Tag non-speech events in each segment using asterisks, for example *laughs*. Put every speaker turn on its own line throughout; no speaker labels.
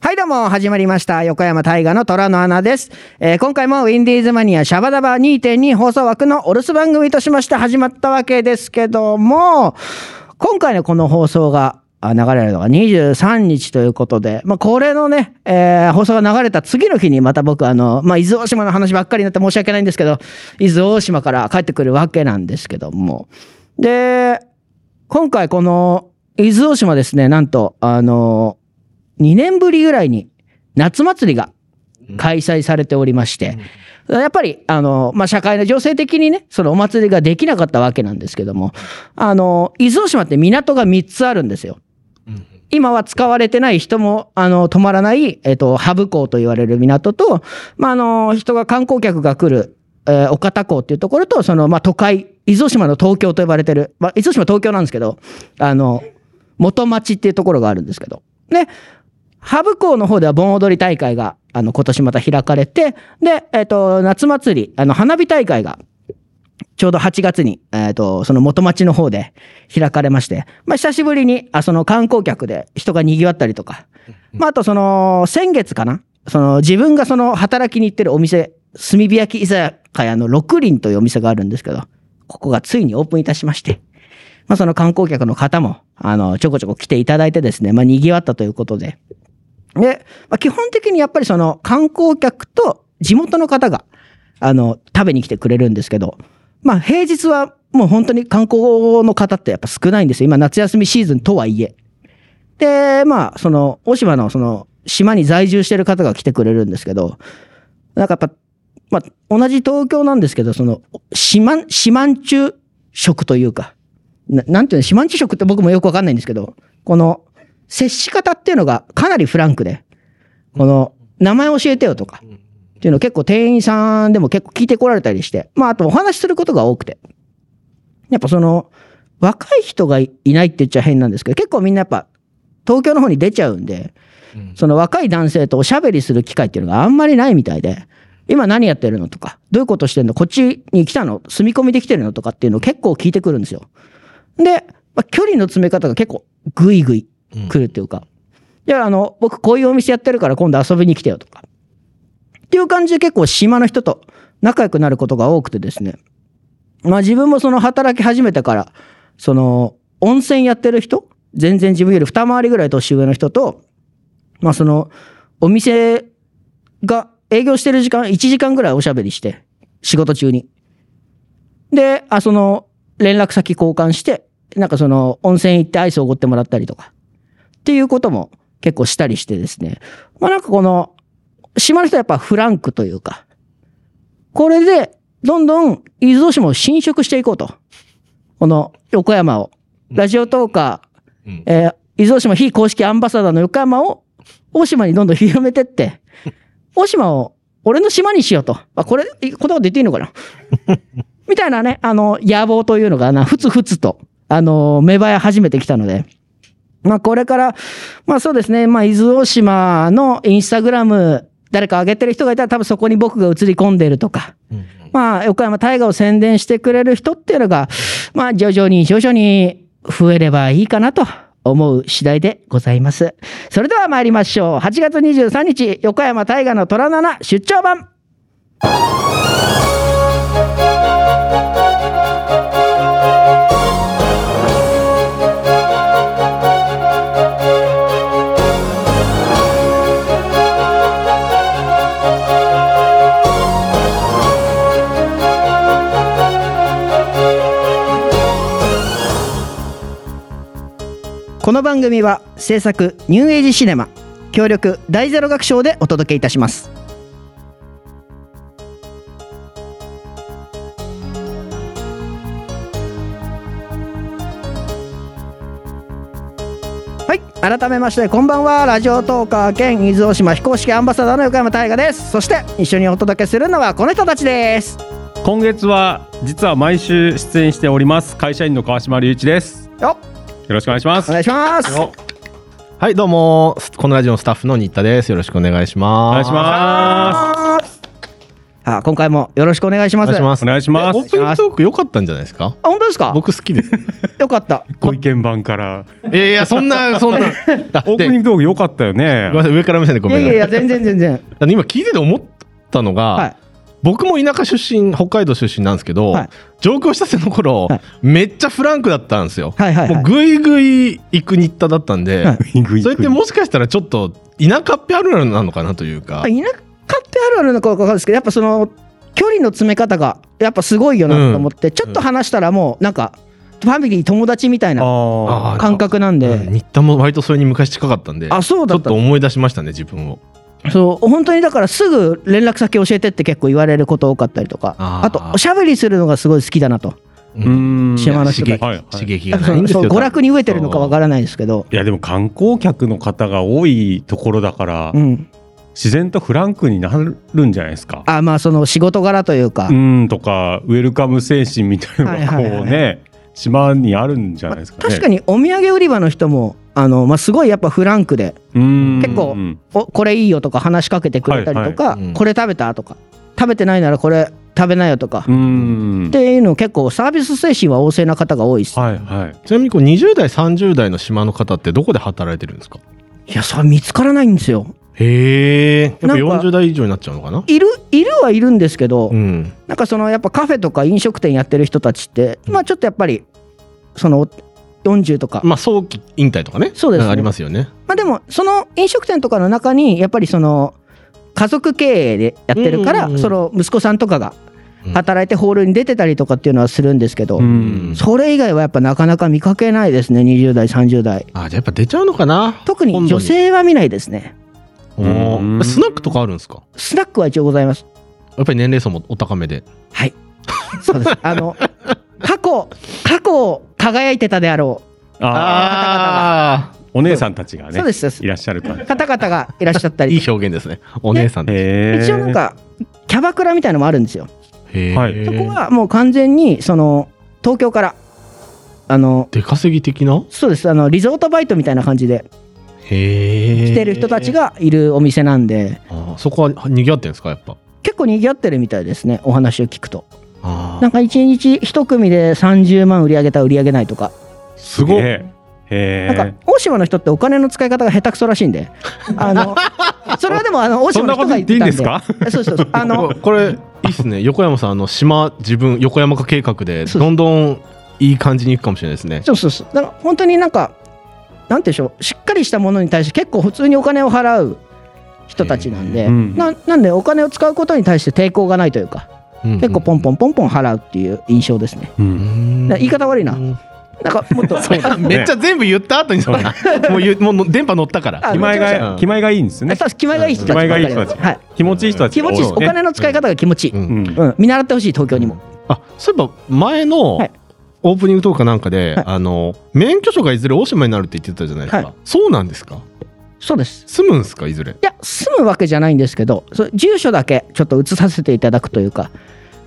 はい、どうも、始まりました。横山大河の虎の穴です。えー今回もウィンディーズマニアシャバダバ2.2放送枠のお留守番組としまして始まったわけですけども、今回のこの放送が、あ流れるのが23日ということで、まあ、これのね、えー放送が流れた次の日にまた僕、あの、まあ、伊豆大島の話ばっかりになって申し訳ないんですけど、伊豆大島から帰ってくるわけなんですけども。で、今回この伊豆大島ですね、なんと、あの、2年ぶりぐらいに夏祭りが開催されておりまして、やっぱり、あの、まあ、社会の情勢的にね、そのお祭りができなかったわけなんですけども、あの、伊豆大島って港が3つあるんですよ。今は使われてない人も、あの、泊まらない、えっ、と、ハブ港と言われる港と、まあ、あの、人が観光客が来る、えー、岡田港っていうところと、その、まあ、都会、伊豆大島の東京と呼ばれてる、まあ、伊豆大島東京なんですけど、あの、元町っていうところがあるんですけど、ね、ハブ港の方では盆踊り大会が、あの、今年また開かれて、で、えっ、と、夏祭り、あの、花火大会が、ちょうど8月に、えっ、と、その元町の方で開かれまして、まあ、久しぶりに、あ、その観光客で人が賑わったりとか、まあ、あとその、先月かなその、自分がその、働きに行ってるお店、炭火焼き居酒屋の六輪というお店があるんですけど、ここがついにオープンいたしまして、まあ、その観光客の方も、あの、ちょこちょこ来ていただいてですね、まあ、賑わったということで。で、まあ、基本的にやっぱりその観光客と地元の方が、あの、食べに来てくれるんですけど、まあ、平日はもう本当に観光の方ってやっぱ少ないんですよ。今、夏休みシーズンとはいえ。で、まあ、その、大島のその、島に在住してる方が来てくれるんですけど、なんかやっぱ、まあ、同じ東京なんですけど、その、島、島ん中食というか、ななんていうの、島ん中食って僕もよくわかんないんですけど、この、接し方っていうのがかなりフランクで、この、名前教えてよとか、っていうのを結構店員さんでも結構聞いてこられたりして、まああとお話しすることが多くて。やっぱその、若い人がいいないって言っちゃ変なんですけど、結構みんなやっぱ東京の方に出ちゃうんで、その若い男性とおしゃべりする機会っていうのがあんまりないみたいで、今何やってるのとか、どういうことしてんのこっちに来たの住み込みできてるのとかっていうのを結構聞いてくるんですよ。で、まあ、距離の詰め方が結構グイグイ来るっていうか、じゃああの、僕こういうお店やってるから今度遊びに来てよとか、っていう感じで結構島の人と仲良くなることが多くてですね。まあ自分もその働き始めてから、その温泉やってる人、全然自分より二回りぐらい年上の人と、まあそのお店が営業してる時間、1時間ぐらいおしゃべりして、仕事中に。で、あ、その連絡先交換して、なんかその温泉行ってアイスをおごってもらったりとか、っていうことも結構したりしてですね。まあなんかこの、島の人はやっぱフランクというか、これで、どんどん伊豆大島を侵食していこうと。この横山を。ラジオトーカー、
うん
えー伊豆大島非公式アンバサダーの横山を、大島にどんどん広めてって、
*laughs*
大島を俺の島にしようと。あ、これ、いこんなこと言っていいのかな
*laughs*
みたいなね、あの、野望というのがな、ふつふつと、あの、芽生え始めてきたので、まあこれから、まあそうですね、まあ伊豆大島のインスタグラム、誰か上げてる人がいたら多分そこに僕が映り込んでるとか、まあ横山大河を宣伝してくれる人っていうのが、まあ徐々に徐々に増えればいいかなと思う次第でございます。それでは参りましょう。8月23日、横山大河の虎七出張版。この番組は制作ニューエイジシネマ協力大ゼロ学賞でお届けいたしますはい改めましてこんばんはラジオトーカー兼伊豆大島非公式アンバサダーの横山大河ですそして一緒にお届けするのはこの人たちです
今月は実は毎週出演しております会社員の川島隆一です
よ
よろしくお願いしま
お
す
願いします
よ
はい、どうも、このラジオのスタッフの新田です。よろしくお願いし
お願
ま
い
す。
します
あ今回もよろしくお願いし
お
ます。
願いします。
お願いします
えオープニングトーク良かったんじゃないですか
あ、本当ですか
僕好きです。
よかった。
ご意見番から
いやいや、そんな、そんな。
*laughs*
だって
オープニング動画良かったよ
ごめ
ね
んなさい、上から目線でご
い
め
やい
んな
や
さ
い
い。
や、全然全然。
だって今聞いてて思ったのが、
はい。
僕も田舎出身、北海道出身なんですけど、
はい
上京したての頃、
はい
めっちゃフランクだったんですよ。
はいはいはい
もうぐいぐい行く新田だったんで、
はい
それってもしかしたらちょっと田舎っぺあるあるなのかなというか、
田舎ってあるあるのかわかんないですけど、やっぱその、距離の詰め方が、やっぱすごいよなと思って、ちょっと話したらもう、なんか、ファミリー、友達みたいな
あ
あー
感覚なん
うん
で、
新田も割とそれに昔近かったんで、
あ、そう
ち
だ
ょっ
った
と思い出しましたね、自分を。
そう、本当にだからすぐ連絡先教えてって結構言われること多かったりとか、
あ
あ
ー
と、おしゃべりするのがすごい好きだなと。
ーうん
島の人が
刺激
はいはい
刺激
なん
が
かそ
ないん
の
です
そ
よ。
う娯楽に飢えてるのかわからないですけど、
いやでも観光客の方が多いところだから、
うん。
自然とフランクになるんじゃないですか。
あ、まあ、その仕事柄というか
う、んとかウェルカム精神みたいなの
は
が
い
こ
は
う
いはいはい
ね島にあるんじゃないですかね。
確かにお土産売り場の人も、あの、まあ、すごいやっぱフランクで、
うん
結構
うん
おこれいいよとか話しかけてくれたりとか、
はいはいうん
これ食べたとか食べてないならこれ食べなよとか、
う
っ
ん
ていうの結構サービス精神は旺盛な方が多いです、
はいはい。
ちなみにこう20代30代の島の方ってどこで働いてるんですか
い、やそれ見つからないんですよ
へえやっぱ
なんか
40代以上になっちゃうのかない
るいるはいるんですけど、
うん
なんかそのやっぱカフェとか飲食店やってる人たちってまあちょっとやっぱりその40とか、ま
まあ早期引退とかね
そうですね
なんかありますよね
あでもその飲食店とかの中にやっぱりその家族経営でやってるから、
うんうんうん
その息子さんとかが
うん
働いてホールに出てたりとかっていうのはするんですけど、
うん
それ以外はやっぱなかなか見かけないですね、20代、30代。
あじゃあやっぱ出ちゃうのかな
特に女性は見ないですね。
今度に
う
お
ん
ースナックとかあるんですか
スナックは一応ござい
*laughs*
ます。
やっぱり年齢層もお高めで
はい。そうです。あの、過去、過去輝いてたであろ
ああ
あ
お姉さんたちが
う。
ね
そうです、そうです
いらっしゃる感じ。
方々がいらっしゃった
ーい
り。
い表現ですねお姉さんで
へ
*laughs*
ー
一応なんか、キャバクラみたいのもあるんですよ。
へ
は
え
い
そこはもう完全に、その、東京から、あの、
出稼ぎ的な
そうです、あの、リゾートバイトみたいな感じで
へえ
来てる人たちがいるお店なんで、
あーそこは賑わってるんですかやっぱ
結構賑わってるみたいですね、お話を聞くと。
あ
なんか1日1組で30万売り上げた売り上げないとか、
す
ごい。
い
へえ。
なんか大島の人ってお金の使い方が下手くそらしいんで、あ
*laughs*
のそれはでもあの大
そ
島
ん
の人
なこと
が言
言っ
って
い
て
いん
たん
で
です
か？
そうそうそうあの
*laughs*
ここれいいっすね横山さんあの島自分横山家計画で
そう
どんどんいい感じにいくかもしれないですね
そうそうそうだから本当になんかなんていうんでしょうしっかりしたものに対して結構普通にお金を払う人たちなんで、
へーうん
ななんでお金を使うことに対して抵抗がないというか結構ポン
ン
ポンポンポン払うっていう印象ですね
うん
だから言い方悪いななんかもっと *laughs*
だね
めっちゃ全部言った後にそんなもう言うもう電波乗ったから
あ
気前が
うん
気前がいいんですね。
あ気前がいい人たちばっかり
気前がいい人たち
はい、
気持ちいい人たち
気
が
持
多い
ちいいですお金の使い方が気持ちいい、
う
うん
うん
見習ってほしい東京にも、
あそういえば前の
はい
オープニングトークかなんかで、
はい
あの免許証がいずれ大島になるって言ってたじゃないですか、
はい
そうなんですか
そうです
住むんですかいずれ
いや住むわけじゃないんですけどそう住所だけちょっと移させていただくというか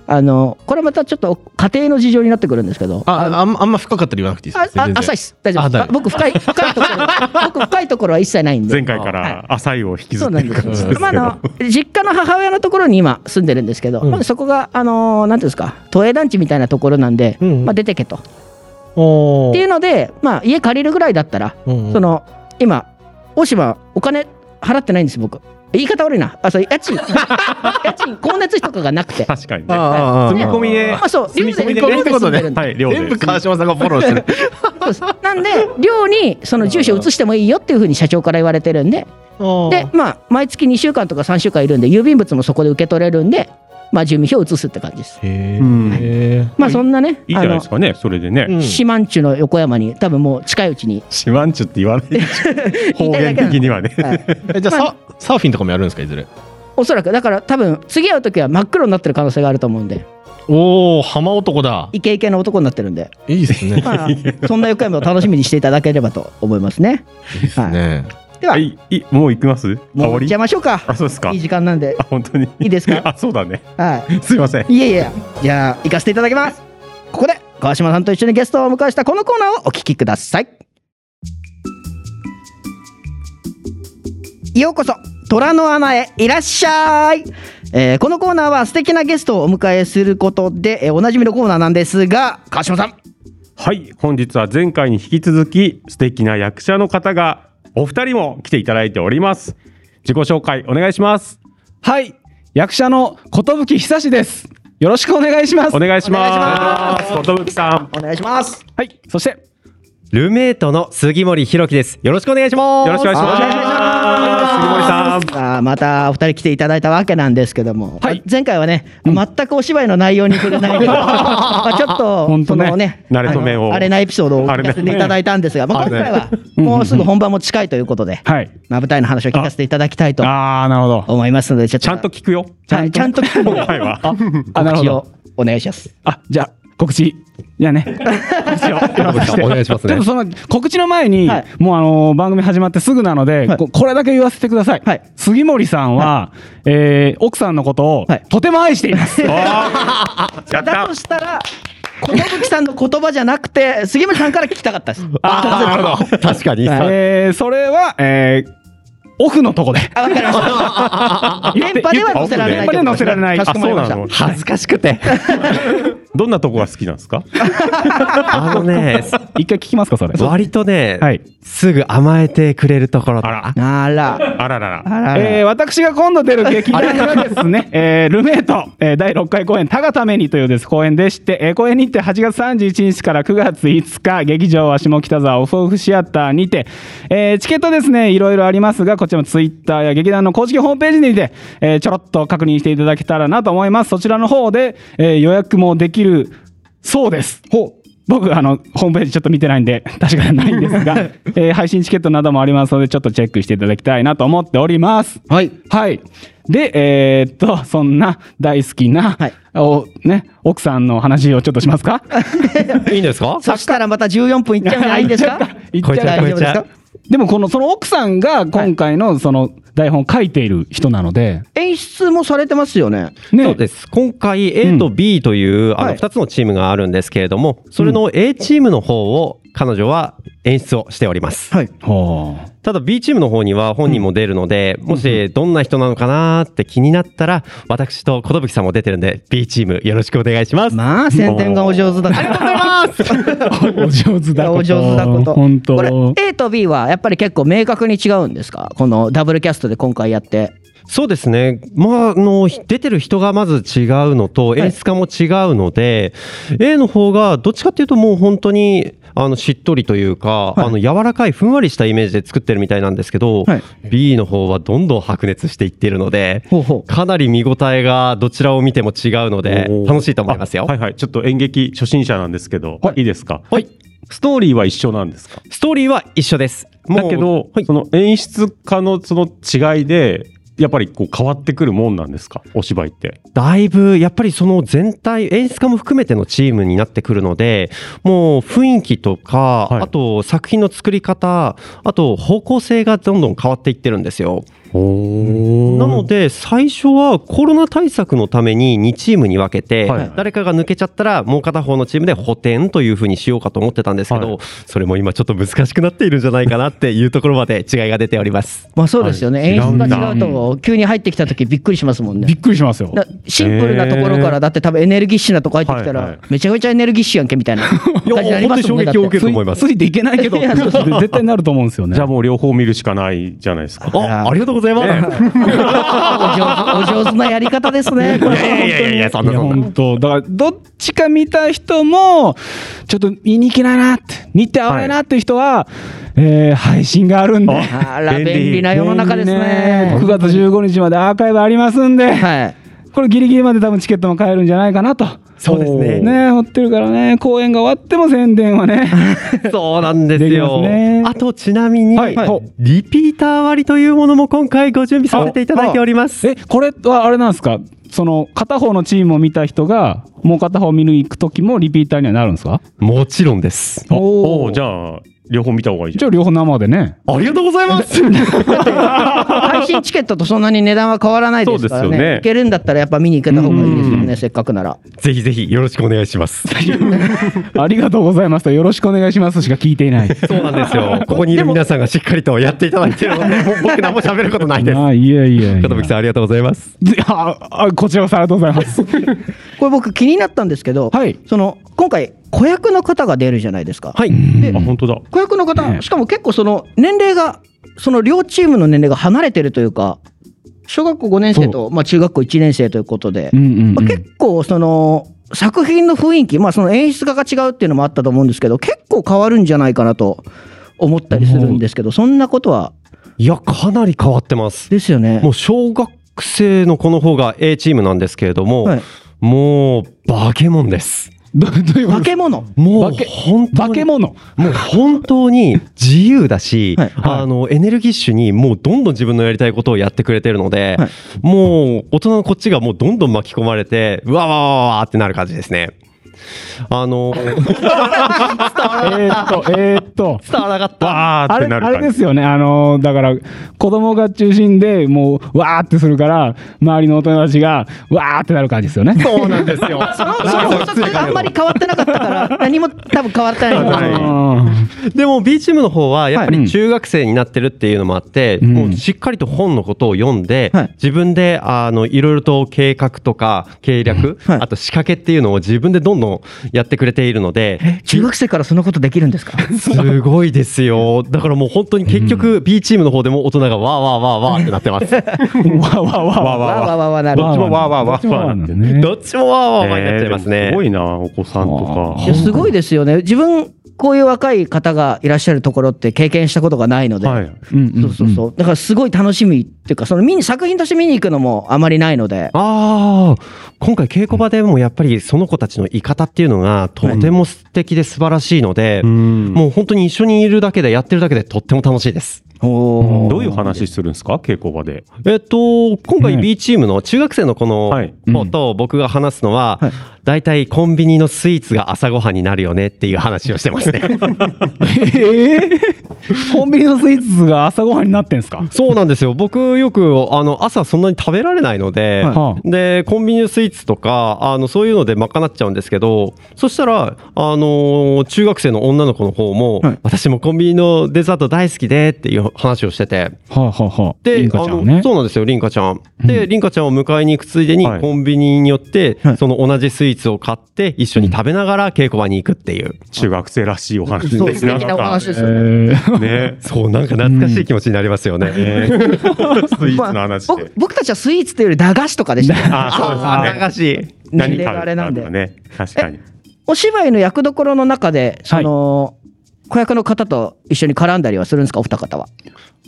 あのこれまたちょっと家庭の事情になってくるんですけど
ああんあんま深かったり言わなくていい
あ
です
あ
全然
浅いです大丈
あ
夫です
だ
あ僕深い深いところ僕深いところは一切ないんで
前回から浅いを引きず
そ
っ
うな
て
ん
る
です
感じで
よ
すけど。
まあ、あの実家の母親のところに今住んでるんですけど、
うん
そこがあのーなんていうんですか都営団地みたいなところなんで、
うんうん
まあ、出てけと、
おー
っていうので、まあ、家借りるぐらいだったら
うんうん
その今大島お金払ってないんです僕言い方悪いなあそう家
*laughs*
賃家賃光熱費とかがなくて
確かに
あ
ね。
あああ
住み込みで
まあそう
住み込みで
寮
ね
で住んでるんで
はい、寮で
全部川島さんがフォローしてる *laughs*
そうですなんで寮にその住所移してもいいよっていうふうに社長から言われてるんでで
で
まあ毎月2週間とか3週間いるんで郵便物もそこで受け取れるんでまあ住民票を移すって感じです
へ
うん
え
まあそんなね
いいじ
あ
ゃない
の
ですかね、それで
う
ね。
ん
四万十の横山に多分もう近いうちに、
シマンチュって言わない
*laughs*
でしょ
言い
方
たいだけ
言
なの
的にはね。
はい、
えじゃあ、
ま
ササーフィンとかもやるんですかいずれ
おそらくだから多分次会う時は真っ黒になってる可能性があると思うんで
おお浜男だ
イケイケの男になってるん
*laughs*
で
いいですね
まあ、そんな横山を楽しみにしていただければと思いますね。
いいですね
では、
*laughs* はい、いもう行きますあ、
もう
終わ
行っ
り
ちゃいましょうか。
あ、そうですか
いい。時間なんで
あ、。本当に。
いいですか
あ、そうだね。
は
すいません。
い。いえいえ、じゃあ、行かせていただきます。ここで、川島さんと一緒にゲストをお迎えしたこのコーナーをお聞きください。ようこそ、虎の穴へいらっしゃい。えーこのコーナーは素敵なゲストをお迎えすることで、えーおなじみのコーナーなんですが、川島さん。
はい、本日は前回に引き続き素敵な役者の方がお二人も来ていただいております。自己紹介お願いします。
はい、役者の寿久志です。よろしくお願いします。
お願いし
お願
ま
い
す。ことぶきさん、
お願いします。
はい、そして、
ルメイトの杉森弘樹です。よろしくお願いします。
よろしくお願いします。杉森さん。
さあまたお二人来ていただいたわけなんですけども、
はい
前回はね、全くお芝居の内容に触れないけどまあちょっと、
本当ね
そのね
慣れ初めを
あのあれなエピソードをお聞かせていただいたんですが、まあ、
あれ
今
ね
回はもうすぐ本番も近いということで、
はい。
まあ、舞台の話を聞かせていただきたいと
ああ、なるほど。
思いますのでちょっと
ちゃんと聞くよ。
はいちゃんと聞くの
*laughs* 今回は。
*laughs* あ、なるほ
一応
ど。
お願いします。
あ、じゃあ、告知。じゃあね。告知を
お願いします
ち
ね
ょっとその告知の前に、
はい
もうあのー番組始まってすぐなので、
はい
ここれだけ言わせてください。
はい
杉森さんは、えー奥さんのことを、
はい
とても愛しています。
やった
だとしたら寿さんの言葉じゃなくて杉村さんから聞きたかったです。
あーなるほど。確かに。
はい
えーそれは、えーオフのとこで。
あわかりま
*laughs*
した。電波では載せられないけど。
電波では載せられない
かしこまりまし
あそうなの
た。
恥ずかし
*laughs*
くて。
どんなとこが好きなんですか。
あのね、
一回聞きますか、それ。
割とね、
はい
すぐ甘えてくれるところとか。
あら。
あららら。
あらら。
えー私が今度出る劇団がですね、えールメイト、えー第6回公演、たがためにというです公演でして、えー公演日程8月31日から9月5日、劇場は下北沢オフオフシアターにて、えーチケットですね、いろいろありますが、こちらもツイッターや劇団の公式ホームページにて、えーちょろっと確認していただけたらなと思います。そちらの方で、えー予約もできるそうです。僕、あの、ホームページちょっと見てないんで、確かにないんですが、えー配信チケットなどもありますので、ちょっとチェックしていただきたいなと思っております。
はい。
はい。で、えーっと、そんな大好きな、
はい
おね、奥さんの話をちょっとしますか
いいんですか
そしたらまた14分いっちゃうんじゃないんです
*laughs*
か
いっちゃうかいっちゃう
大丈夫です
超えちゃ
か
う
でも、この、その奥さんが今回のその台本を書いている人なので、
演出もされてますよね。
ね、
そうです今回 A と B という、あ
は
の
い
2つのチームがあるんですけれども、それの A チームの方を彼女は演出をしております、
はい。
ほう
ただ B チームの方には本人も出るので、もしどんな人なのかなーって気になったら私と寿さんも出てるんで B チームよろしくお願いします、
まあ、宣伝がお上手だありがとうございます。
お上手だこと。
お上手だこと。
本当。
これ、A と B はやっぱり結構明確に違うんですかこのダブルキャストで今回やって。
そうですねまああの出てる人がまず違うのと演出家も違うので、A の方がどっちかっていうともう本当にあのしっとりというか、あの柔らかいふんわりしたイメージで作ってるみたいなんですけど、
はい
B の方はどんどん白熱していってるので
ほうほう
かなり見応えがどちらを見ても違うので
おー
楽しいと思いますよ
あはいはい。ちょっと演劇初心者なんですけど、いいですか。
はい。
ストーリーは一緒なんですか。
ストーリーは一緒です。もう
だけど、
はい
その演出家のその違いで、やっぱりこう変わってくるもんなんですか。お芝居って。
だいぶやっぱりその全体演出家も含めてのチームになってくるのでもう雰囲気とか、
はい
あと作品の作り方あと方向性がどんどん変わっていってるんですよ。なので最初はコロナ対策のために2チームに分けて、
はいはい
誰かが抜けちゃったらもう片方のチームで補填というふうにしようかと思ってたんですけど、
はい
それも今ちょっと難しくなっているんじゃないかなっていうところまで違いが出ております。
まあそうですよね。
はい
演出
違うん
が
だ
違うと、急に入ってきた時びっくりしますもんね
び。っくりしますよ。
だシンプルなところから、だって多分エネルギッシュなとこ入ってきたら、
はいはい
めちゃめちゃエネルギッシュやんけみたいな感じになりますもんね。
本当に衝撃を
だって
受けると思います
ついついていけ *laughs* ないけど、って絶対なると思うんですよね。
じゃあもう両方見るしかないじゃないですか。
あありがとうございます。
お上手お上手なやり方ですね。これ
いやいやいや、そん
い
な
や
そんな。
本当だからどっちか見た人もちょっと見に行けないなって見て合わないなっていう人は、えー配信があるんで
あら、便利な世の中ですね。
9月15日までアーカイブありますんで、
はい。
これギリギリまで多分チケットも買えるんじゃないかなと
そうですね
ね掘ってるからね公演が終わっても宣伝はね
*laughs* そうなんです
できます
よ
ね。
あと、ちなみに、
はいはい
リピーター割というものも今回ご準備させていただいております。
えこれはあれなんですかその片方のチームを見た人がもう片方見に行く時もリピーターにはなるんですか
もちろんです。
お
お
おー、じゃあ、両方見た方がいいじゃん
じゃあ両方生でね
ありがとうございます。
配信品チケットとそんなに値段は変わらないですから
そう
ね
ですよね
行けるんだったらやっぱ見に行けた方がいいですよ
う
ねせっかくなら
*laughs* ぜひぜひよろしくお願いし
*laughs*
ます。
ありがとうございますとよろしくお願いしますしか聞いていない。
そうなんですよ。 *laughs* ここにいる皆さんがしっかりとやっていただいてるので、もう僕何も喋ることな
*laughs*
いです。
あいやいやいや
片吹さんありがとうございます。
でああこちらこそありがとうございます。
これ僕気になったんですけど、
はい
その今回子役の方が出るじゃないですか、
はい。
で
あ、本当だ。
子役の方、
ね
しかも結構その年齢がその両チームの年齢が離れてるというか小学校5年生と、まあ、中学校1年生ということで、
うんうんうん
まあ、結構その作品の雰囲気、まあ、その演出家が違うっていうのもあったと思うんですけど結構変わるんじゃないかなと思ったりするんですけどそんなことはい
や、かなり変わってます。
ですよね
もう小学生の子の方が A チームなんですけれども、
はい
もう、化け物です。
どどういうこと
化け物
もう
化け、
本当
化
に
け物
もう本当に自由だし、
はい
あの、エネルギッシュにもうどんどん自分のやりたいことをやってくれてるので、
はい
もう大人のこっちがもうどんどん巻き込まれて、うわわわわわってなる感じですね。あの、
えーっとえーっと
伝わらなかった。
わー
あ
って
れ
なる
あれ
感
で
じ。
すよね、あのーだから、子供が中心でもう、わーってするから、周りの大人たちが、わーってなる感じですよね。
そうなんですよ。
そのその法則があんまり変わってなかったから何も多分変わってないと思う
はい
うん
でも B チームの方はやっぱ
はいうん
り中学生になってるっていうのもあって、
うん
もうしっかりと本のことを読んで、
はい
自分であのいろいろと計画とか計略、
はい
あと仕掛けっていうのを自分でどんどんやってくれているので、
中学生からそんなことできるんですか
すごいです *laughs* よ。だからもう本当に結局 B チームの方でも大人がわーわーわーわーってなってます。
わーわー
わ
わー
ー
わ
わ
わ
ー
わ
わ
わわなる
ー。どっちもわーわーわーわー
なん
なって
で
ね。
ね。
*laughs* どっちもわーわーわーになっちゃいます
えーでも
ね。
すごいな、お子さんと
あ
いや
か。
すごいですよね自分こういう若い方がいらっしゃるところって経験したことがないので、
はい。
うんうん
そうそうそうだからすごい楽しみっていうかその見に作品として見に行くのもあまりないので
ああ、今回稽古場でもやっぱりその子たちの言い方っていうのがとても素敵で素晴らしいので、
うん
もう本当に一緒にいるだけで、やってるだけでとっても楽しいです。
おー
どういう話するんですか稽古場で。
えっと、今回
ね
B チームの中学生の子の
はい
子と僕が話すのは、大体コンビニのスイーツが朝ごはんになるよねっていう話をしてますね。
えーコンビニのスイーツが朝ごはんになってんすか
そうなんですよ。僕よくあの朝そんなに食べられないので、
は
でコンビニのスイーツとかあのそういうので賄っちゃうんですけど、そしたらあの中学生の女の子の方も、
はい
私もコンビニのデザート大好きでっていう話をしてて。
はあ、はあはあ、
で、
リンカちゃん
あ
ね
のそうなんですよ、リンカちゃん。で、リンカちゃんを迎えに行くついでに、
はい
コンビニによって、
はい
その同じスイーツを買って、一緒に食べながら稽古場に行くっていう。
中学生らしいお話です
そう
ね。
素敵なお話です
え
よね、
ー
なんかね。
そう、なんか懐かしい気持ちになりますよね。
ねスイーツの話
僕
で。
僕たちはスイーツというより駄菓子とかでしたね *laughs*
あーそうですね
あ *laughs* 懐かしい。
年
何
齢が
か
あれなんで
ね。確かに。
お芝居の役どころの中でその、子役の方と一緒に絡んだりはするんですかお二方は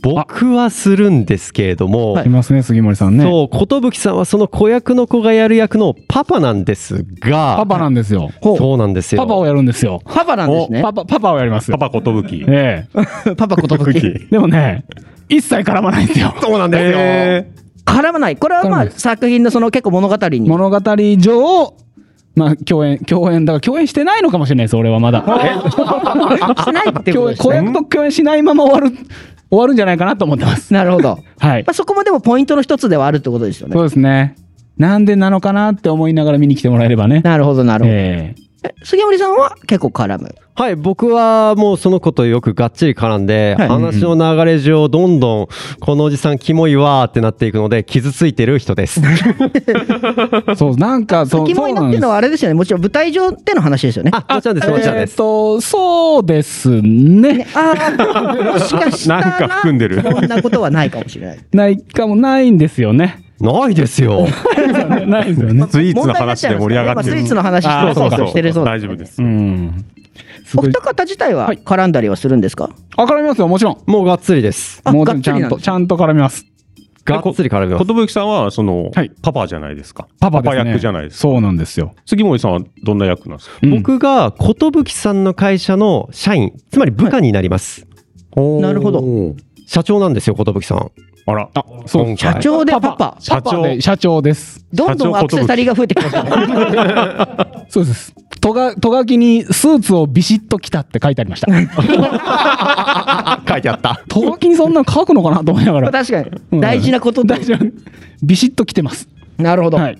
僕はするんですけれども、
はい
いますね、杉森さんね。
そう、寿さんはその子役の子がやる役のパパなんですが、
パパなんですよ。
そうなんですよ。
パパをやるんですよ。
パパなんですね
パパ、パパをやります。
パパことぶき。
え *laughs* え
パパことぶき
でもね、一切絡まないんですよ。
そうなんですよ。
絡まないこれはま
絡ま
あ
ないです
作品のその結構物語に
*laughs* 物語上、まあ、共演、共演、だから共演してないのかもしれないです、俺はま *laughs* だ。
してないっていうことで
共演、
す
子
ね
役と共演しないまま終わる、終わるんじゃないかなと思ってます。
なるほど
*laughs*
*laughs*
はい
まあ、。そこもでもポイントの一つではあるってことですよね
そう。ですね。なんでなのかなって思いながら見に来てもらえればね。
なるほど、なるほど。
ええ
え杉森さんは結構絡む。
はい、僕はもうその子とよくがっちり絡んで、
はい
話の流れ上どんどんこのおじさんキモいわーってなっていくので傷ついてる人です。
そう、なんか、そう、
キモいなっていうのはあれですよね。もちろん舞台上での話ですよね。
あ、もちろんです、
そう
も
なん
ち
ですえ
ろんで
っ
す。
と、そうですね。
ああ、もしかしたら。
なんか含んでる
そんなことはないかもしれない。
ないかもないんですよ *laughs* ね。
ないですよ。
*laughs*
ないですよね。
スイーツの話で盛り上がって
問題になっ
る。
ちゃいますからね今スイーツの話してるそうそうしてるそう
大丈夫です
う。ん。す
お
ごい
二。方自体は絡んだりはするんですか
あ、絡みますよ、もちろん。
もうがっつりです。
あ
もち
が
ろ
っ
ん、
つり
ちゃ
なん
ん
だ
と、ちゃんと絡みます。
がっつり絡みます。
ことぶきさんは、その
はい、
パパじゃないですか。
パパですね。
役じゃないですか。
そうなんですよ。
杉森さんはどんな役なんですか
うん
僕が寿さんの会社の社員、つまり部下になります。
なるほど。
社長なんですよ、寿さん。
あら。
あ、そう
今回
社長でパパ。
社長
パパで社長です。 *laughs*
どんどんアクセサリーが増えてきますよね。
そうです。とが、とがきにスーツをビシッと着たって書いてありました。
書いてあった。
とがきにそんなの書くのかなと思いながら。
確かに。大事なことだ
大。丈夫。ビシッと着てます。
なるほど。
はい。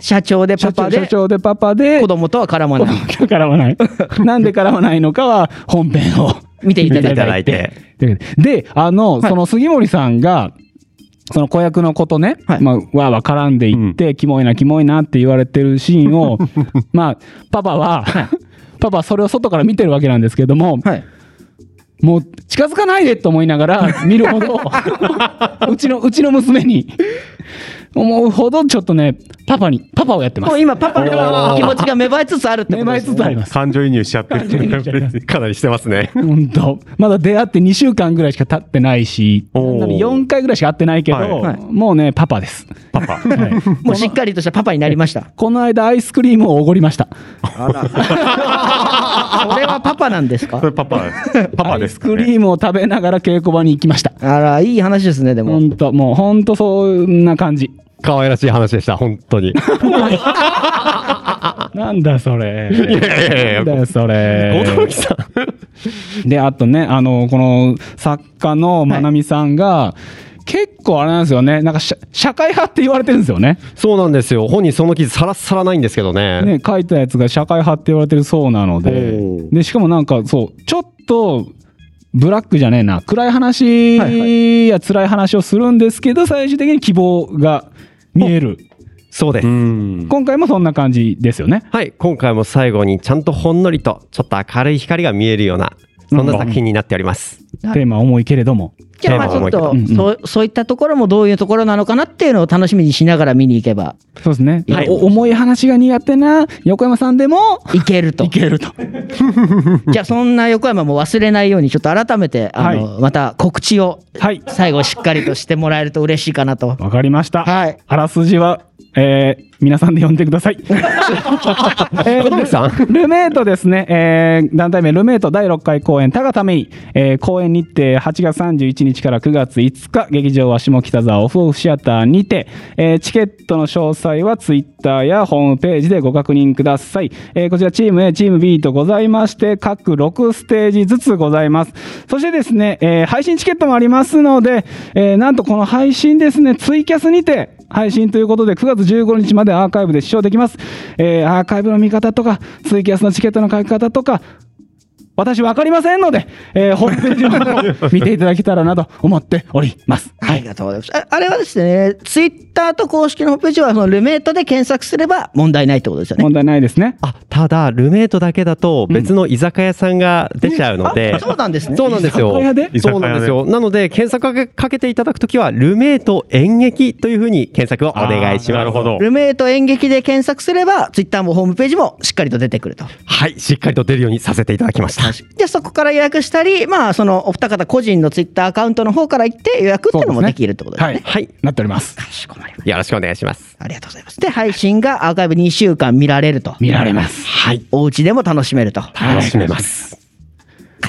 社長でパ
社
パ
長社
で、
長でパパで、
子供とは絡まない。
今日絡まない。 *laughs* なんで絡まないのかは本編を
見ていただいて
見で、あの、その杉森さんが、その子役のことね、
はい
まあ、わーわー絡んでいって、キモいな、キモいなって言われてるシーン *laughs* を、まあ、パパは、 *laughs* パパはそれを外から見てるわけなんですけども、
はい。
もう近づかないでと思いながら見るほ *laughs* ど、うちの、うちの娘に思うほど、ちょっとね、パパに、パパをやってま
もう
す。
今、パパの気持ちが芽生えつつあるって
芽
ことで
生え
す
つ
ね。
つあります。
感情移入しちゃってる
感情移入しちゃってま
かなりしてますね。
本当まだ出会って2週間ぐらいしか経ってないし、
おー
なんで4回ぐらいしか会ってないけど、
はい
はい
もうね、パパです。
パパ。
もうしっかりとしたパパになりました。
この間、アイスクリームをおごりました。
*laughs* それはパパなんですか
それパパ、パパですか、ね。
アイスクリームを食べながら稽古場に行きました。
あら、いい話ですね、でも。
本当もう本当そんな感じ。
可愛らしい話でした、本当に。
なんだそれ。
やいやいや
なんだよそれ。
*laughs* 驚きさん。
で、あとね、あの、この作家のまなみさんが、結構あれなんですよね、なんか社社会派って言われてるんですよね。
そうなんですよ。本人その記事さらさらないんですけどね。
ね、書いたやつが社会派って言われてるそうなので
お、ー
で、しかもなんかそう、ちょっと、ブラックじゃねえな、暗い話
はいは
や辛い話をするんですけど、最終的に希望が見える。
そうです
う。ん。
今回もそんな感じですよね。
はい、今回も最後にちゃんとほんのりとちょっと明るい光が見えるようなそんな作品になっております。
はい
テーマは重いけれども。
じゃあ、まあちょっと
うんうん
そう、そういったところもどういうところなのかなっていうのを楽しみにしながら見に行けば
そうですね。
はい
お重い話が苦手な横山さんでも、
いけると
い。けると。
*laughs* じゃあ、そんな横山も忘れないように、ちょっと改めて、あの、また告知を
はい。
最後しっかりとしてもらえると嬉しいかなと。
わかりました。
はい
あらすじは、えー皆さんで呼んでください。えー
小峠さん
ルルメイトですね、えー団体名ルメイト第6回公演、田がために、えー公演日程8月31日から9月5日、劇場は下北沢オフオフシアターにて、えーチケットの詳細はツイッターやホームページでご確認ください。えーこちらチーム A、チーム B とございまして、各6ステージずつございます。そしてですね、えー配信チケットもありますので、えーなんとこの配信ですね、ツイキャスにて、配信ということで、9月15日までアーカイブで視聴できます。えーアーカイブの見方とか、ツイキャスのチケットの書き方とか、私わかりませんので、えーホームページの方を見ていただけたらなと思っております。
ありがとうございます。ああれはですね、ツイッターと公式のホームページは、そのルメイトで検索すれば問題ないってことですよね。
問題ないですね。
あただルメイトだけだと別の居酒屋さんが出ちゃうので、
あそうなんですね。
そうなんですよ
居酒屋で。
そうなんですよ。なので検索かけかけていただくときはルメイト演劇というふうに検索をお願いし
あ
ます。
ーなるほど。
ルメイト演劇で検索すれば、ツイッターもホームページもしっかりと出てくると。
はい、しっかりと出るようにさせていただきました。
で、そこから予約したり、まあ、そのお二方個人のツイッターアカウントの方から行って予約っていうのもできるってことですね。
はい、
なっております。
かしこまりました
よろしくお願いします。
ありがとうございます。で、配信がアーカイブ2週間見られると。
見られます。
はい、
お家でも楽しめると。か
楽しめます。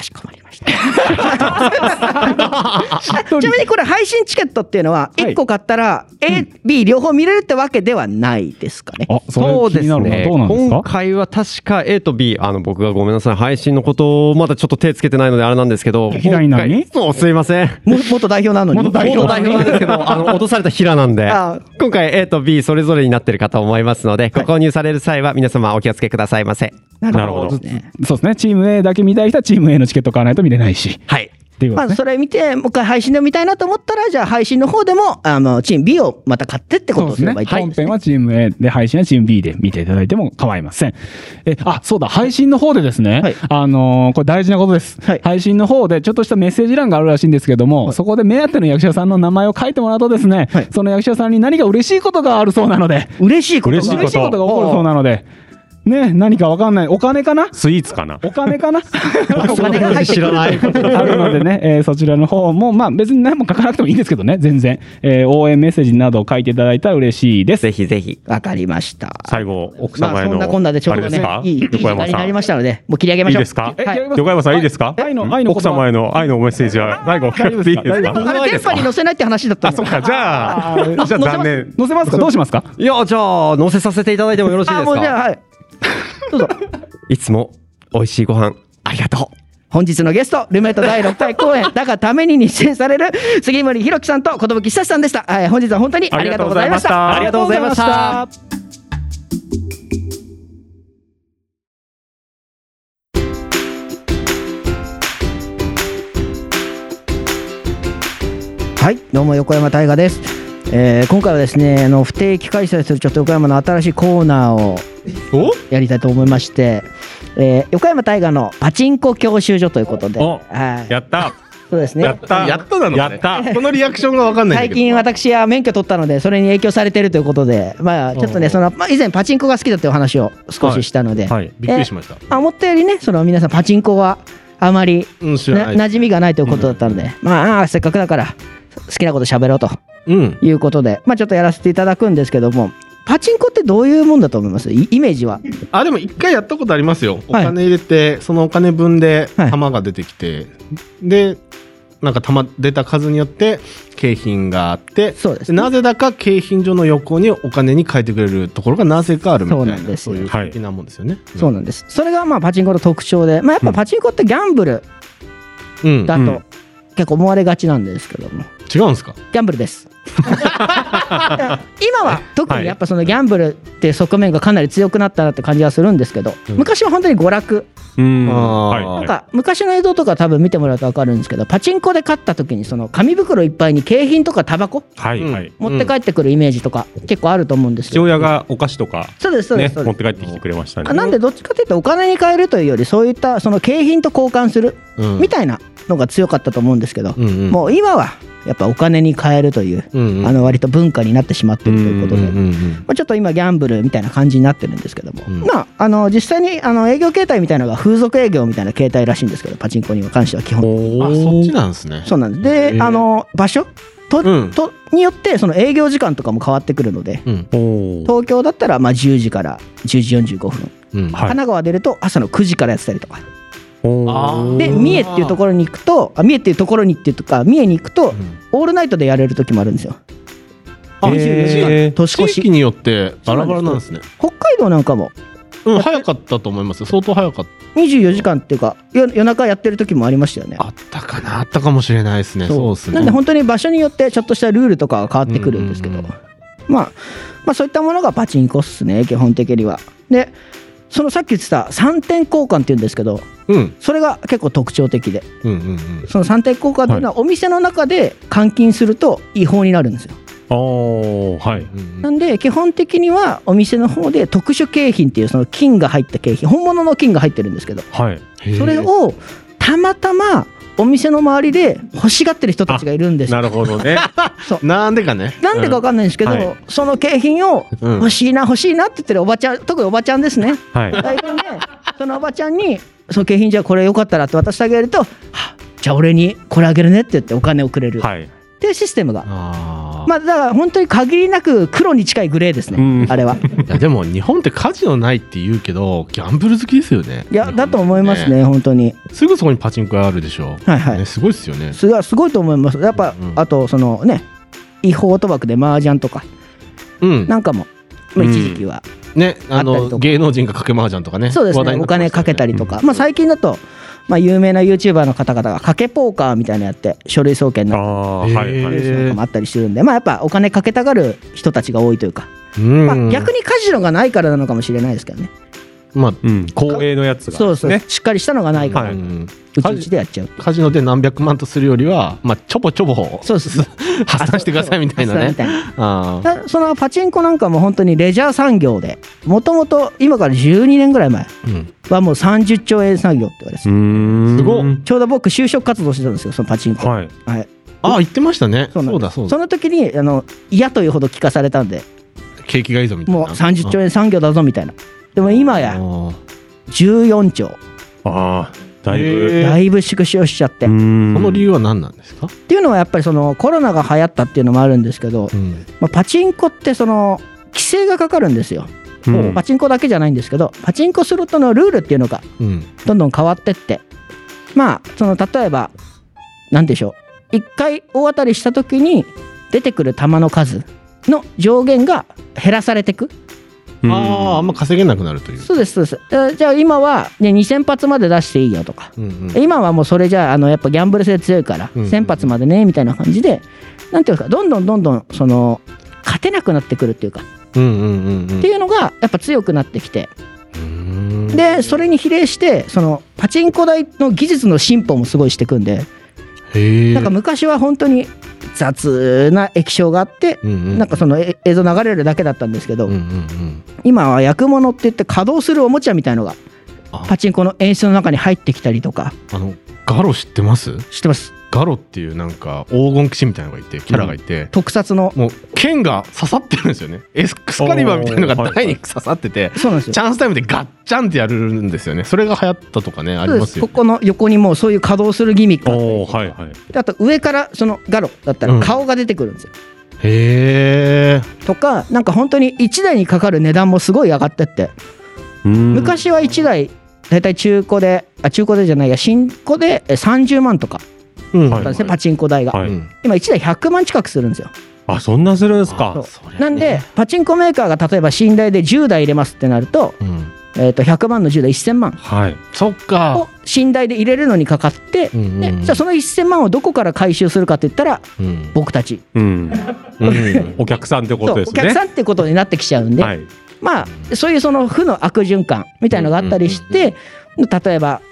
しこまりました。あちなみにこれ配信チケットっていうのは
はい
1個買ったら A、B 両方見れるってわけではないですかね。
あ、それ気になるな。どうなんです
今
か
回は確か A と B、あの、僕がごめんなさい、配信のことをまだちょっと手つけてないのであれなんですけど、
平井なのに
今回そう、すいません。
も元代表なのに。
元代表
元代表なんですけど、あの、落とされた平なんで
あ、
今回 A と B それぞれになってるかと思いますので、ご購入される際は皆様お気をつけくださいませ。
なるほど。
そうですね。チーム A だけ見たい人はチーム A のチケット買わないと見れないし。
はい。
っていうこ
ま
と
あ、
ですね。
それ見て、もう一回配信で見たいなと思ったら、じゃあ配信の方でも、あの、チーム B をまた買ってってこ
そ
とを
うです
すれ
ね
ばい。いと
本編はチーム A で、配信はチーム B で見ていただいても構いません。え、あ、そうだ、配信の方でですね、
はい
あのーこれ大事なことです、
はい
配信の方でちょっとしたメッセージ欄があるらしいんですけども、そこで目当ての役者さんの名前を書いてもらうとですね、
はい
その役者さんに何か嬉しいことがあるそうなので、
嬉しいことが
嬉しいこと
嬉しいことが起こるそうなので、ね、何かわかんない。お金かな
スイーツかな。
お金かな
お金が入ってくる
*laughs* い。
あるのでね、えーそちらの方も、まあ別に何も書かなくてもいいんですけどね、全然。えー応援メッセージなどを書いていただいたら嬉しいです。
ぜひぜひ。
わかりました。
最後、奥
ま
様
あ、
へ
そ
の。
んなこんなでちょうど
あれです
ね
か、
いいいい時
横
間
山
にな
さん。
り
い
ましたので、もう切り上げまし
い
ょう。
ですか
え
はい
やります
横山さんいいですか
愛の、愛の言葉
奥様への愛のメッセージは最後送っていいです
あ
か
れ、電波に載せないって話だった
あ、
んだ
そっか、じゃ
あー
あ、じゃあ残
*laughs*
念。
載せますかどうしますか
いや、じゃあ、載せさせていただいてもよろしい
あ、
です
もうじゃあ、
か
はい。どうぞ。
いつも美味しいご飯ありがとう。
本日のゲスト、ルメイト第6回公演、だがために日演さ
*laughs*
れる杉森弘樹さんと寿久志さんでした。えー本日は本当にありがとうございました。
あり
がとうございました
ありがとうございました。はい、どうも横山大河です。えー今回はですね、あの不定期開催するちょっと横山の新しいコーナーをやりたいと思いまして、えー横山大河のパチンコ教習所ということで、
お
はい、
やった
そうです
や
ね
っ。た
やったなの
や
かね
った
このリアクションがわかんないん
最
だけど
近私は免許取ったのでそれに影響されてるということでまあちょっとねその、まあ、以前パチンコが好きだというお話を少ししたので、
はい
びっくりしました
あ思ったよりねその皆さんパチンコはあまり
うん知ら
な
ない
馴染みがないということだったので、まああーせっかくだから好きなこと喋ろうと
うん
いうことでまあちょっとやらせていただくんですけどもパチンコってどういうもんだと思いますイイメージは
あでも一回やったことありますよお
はい
金入れて、そのお金分で
はい
玉が出てきて、でなんか玉出た数によって景品があって
そうですね
なぜだか景品所の横にお金に変えてくれるところがなぜかあるみたいな
そうなんですよ
そういう
はい
的なもんですよね、
そうなんですそれがまあパチンコの特徴で、まあ、やっぱパチンコってギャンブル
うん、
だ
う
と
ん
結構思われがちなんですけども
違うんですか
ギャンブル
*laughs*
です。今は特にやっぱそのギャンブルっていう側面がかなり強くなったなって感じがするんですけど、
うん
昔は本当に娯楽、
うん
あー
はい
な
なん
は
か昔の映像とか多分見てもらうと分かるんですけど、パチンコで勝った時にその紙袋いっぱいに景品とかタバコ
い
うん
はい
持って帰ってくるイメージとか結構あると思うんです
父
よ。
親がお菓子とか
そうですそうで
ね
すそう
持
で
っ
す。
て帰ってきてくれました
あ
ね
なんでどっちかというとお金に換えるというよりそういったその景品と交換する
うん
みたいなのが強かったと思うんですけど、
うんうん
もう今はやっぱお金に換えるという、
うんうん
あの割と文化になってしまっているということで、
うんうん
まあ、ちょっと今ギャンブルみたいな感じになってるんですけども、
うん
まあ、あの実際にあの営業形態みたいなのが風俗営業みたいな形態らしいんですけどパチンコに関しては基本
うんあそっちなんですね
そうなんですで、
へー
あの場所と、
うん
とによってその営業時間とかも変わってくるので
うん
おー
東京だったらまあ10時から10時45分、
うん
神
はい
奈川出ると朝の9時からやってたりとか
お
あー
で
お
三重っていうところに行くとあ三重っていうところにっていうとか三重に行くと、
ん
オールナイトでやれる時もあるんですよ
あ
へー
年越
地
し
域によってバラバラなんですね
北海道なんかも
うん早かったと思いますよ相当早かった
24時間っていうか夜夜中やってる時もありましたよね
あったかなあったかもしれないですねそうですね
なんで本当に場所によってちょっとしたルールとかが変わってくるんですけど、
うんうんうん
まあ、まあそういったものがパチンコっすね基本的にはでそのさっき言ってた3点交換っていうんですけど
うん
それが結構特徴的で
うんうんうん
その3点交換っていうのはお店の中で換金すると違法になるんですよ、
おーはい
うんう
なんんで基本的にはお店の方で特殊景品っていうその金が入った景品本物の金が入ってるんですけど
はい
それをたまたまお店の周りで欲しがってる人たちがいるんですよ
なるほ
*laughs*
どね
なんでかね
なんでかわかんないんですけど、
うんはい
その景品を
うん
欲しいな欲しいなって言ってるおばちゃん特におばちゃんですね
はい
大体ね *laughs* そのおばちゃんに「その景品じゃあこれよかったら」って渡してあげると「はじゃあ俺にこれあげるね」って言ってお金をくれる、
はい
っていうシステムが
あ
まあだから本当に限りなく黒に近いグレーですね、
うん
あれは
あいやでも日本ってカジノないって言うけどギャンブル好きですよね
いやだと思いますね本当に
すぐそこにパチンコ屋あるでしょ
はいはい
ねすごいっすよね
それはすごいと思いますやっぱ、
うんうん
あとそのね違法賭博で麻雀とか
うん
なんかも、まあ、一時期は
ねあ
あったりと
の
か
芸能人がかけ麻雀とかね
そうです
話題
ね、
にな
お
ってま
金
したよ
かけたりとか、
うん
まあ、最近だと、まあ、有名な YouTuber の方々が賭けポーカーみたいなのやって書類送検
あ
の
あーはいはい
ニュー
へ
スなんかもあったりするんで、まあ、やっぱお金かけたがる人たちが多いというか、
うん
まあ、逆にカジノがないからなのかもしれないですけどね、
まあ
うん公営のやつが
そうそう、
ね
しっかりしたのがないか
う
ら、
は
う
い
ん
ちうちでやっちゃう。
カジノで何百万とするよりはまあちょぼちょぼ
そうです
発散してくださいみたいな
そう
ね
みたいな
あー
だそのパチンコなんかも本当にレジャー産業でもともと今から12年ぐらい前
うん
はもう30兆円産業って言われて
う
て、
ーん
すごっ
ちょうど僕就職活動してたんですよそのパチンコ、
はい
はい、
あー言ってましたね
そうなん
そう
で
だ
す
そうだ
その時にあの嫌というほど聞かされたんで
景気がいいぞみたいな
もう30兆円産業だぞみたいなでも今
あ
や
ー
14兆
ああだいぶ
へー
だいぶ縮小しちゃって、
う
っ
ん
その理由は何なんですか、
ていうのはやっぱりそのコロナが流行ったっていうのもあるんですけど、
うん
まあ、パチンコってその規制がかかるんですよ、
うん
パチンコだけじゃないんですけどパチンコスロットのルールっていうのが
うん
どんどん変わってってまあその例えば何でしょう1回大当たりした時に出てくる球の数の上限が減らされてく
あああんま稼げなくなるという。
そうですそうですえーじゃあ今は、ね、2000発まで出していいよとか、
うんうん
今はもうそれじゃああのやっぱギャンブル性強いから、
うんうん
1000発までねみたいな感じでなんていうかどんどんどんどんその勝てなくなってくるっていうか、
うんうんうんうん
っていうのがやっぱ強くなってきて
うん
でそれに比例してそのパチンコ台の技術の進歩もすごいしていくんで
へえ
なんか昔は本当に雑な液晶があって
うんうん
なんかそのえ映像流れるだけだったんですけど、
うんうんうん
今は役物って言って稼働するおもちゃみたいのが
あ
パチンコの演出の中に入ってきたりとか
あのガロ知ってます
してます
ガロっていうなんか黄金騎士みたいなのがいてキャラがいて、
特撮の
もう剣が刺さってるんですよねエスエスカリバーみたいなの
おー
が
はいは
台
い
に刺さってて、
そうなんですよ
チャンスタイムでガッチャンってやるんですよねそれが流行ったとかねあり
そうで
ますす
こ
よ
この横にもうそういう稼働するギミックがあったり
おおはいはい。
であと上からそのガロだった
う
ら
ん
顔が出てくるんですよ、
へえ
とかなんか本当に1台にかかる値段もすごい上がってって
昔
昔は1台大体中古であ中古でじゃないや新古でえ30万とか
うん
だったんですね、
はいはい
パチンコ台が、
は
う
い。
ん
今1台100万近くするんですよ
あそんなするんですか。
そりゃね
なんでパチンコメーカーが例えば新台で10台入れますってなると,、
うん
えー、と100万の10台1000万
はい。
そっか
を新台で入れるのにかかって、
うんうん
でじゃあその1000万をどこから回収するかって言ったら
うん
僕たち
うん。
うん
お客さんってこと
と、
で
お
す
客
ね。
さんってことになってきちゃうんで、
はい。
まあそういうその負の悪循環みたいのがあったりして、例えば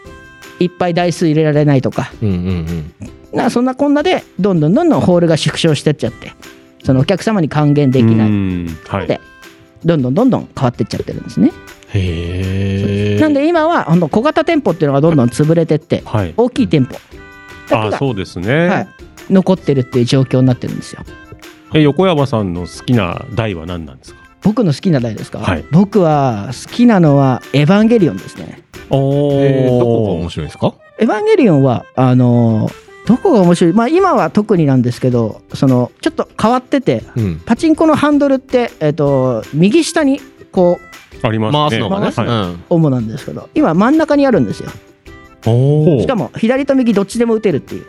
いっぱい台数入れられないとか
うんうん
なそんなこんなでどんどんどんどんホールが縮小してっちゃってそのお客様に還元できな
う
い
んはい。
でどんどんどんどん変わってっちゃってるんですね。
へえ
なんで今はほんと小型店舗っていうのがどんどん潰れてって
はい。
大きい店舗だけ
あ
が、
そうです
はい
ね。、
残ってるっていう状況になってるんですよ。
え横山さんの好きな台は何なんですか。
僕の好きな台ですか、
はい
僕は好きなのは「エヴァンゲリオン」ですね。
えーどこが
おお
面。白いんですか
エヴァンゲリオンはあのーどこが面白い、まあ、今は特になんですけどそのちょっと変わってて
うん
パチンコのハンドルって、えっと右下にこう
ありま
回
す
す
ね。
のがね
はい
主なんですけど今真ん中にあるんですよ
おお。
しかも左と右どっちでも打てるっていう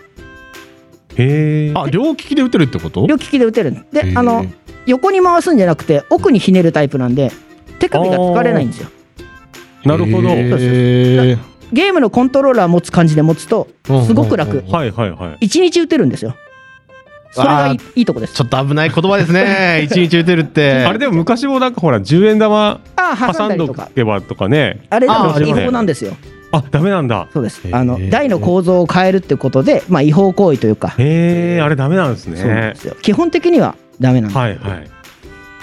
へえ
うん。あ両利きで打てるってこと
両利きで打てるであ
へ
の
ー
横に回すんじゃなくて奥にひねるタイプなんで手首が疲れないんですよ
なるほど。
へ
は
ー
ゲームのコントローラー持つ感じで持つとすごく楽
うんうんうんうん
いはいはい。
1日打てるんですよそれがいい
あ
いいとこです
ちょっと危ない言葉です *laughs* ね一日打てるって
あれでも昔もなんかほら10円
あ
玉
あ挟
挟
んだ
ん
り
ど
とか
けばとかね。
あれでも
あー
違法なんですよ
あダメなんだ。
そうです
へ。ー
あの台の構造を変えるってことで、まあ違法行為というか、
へえあれダメなんです
そうなん
ね
で。すよ。基本的にはダメなんです。
はいはい。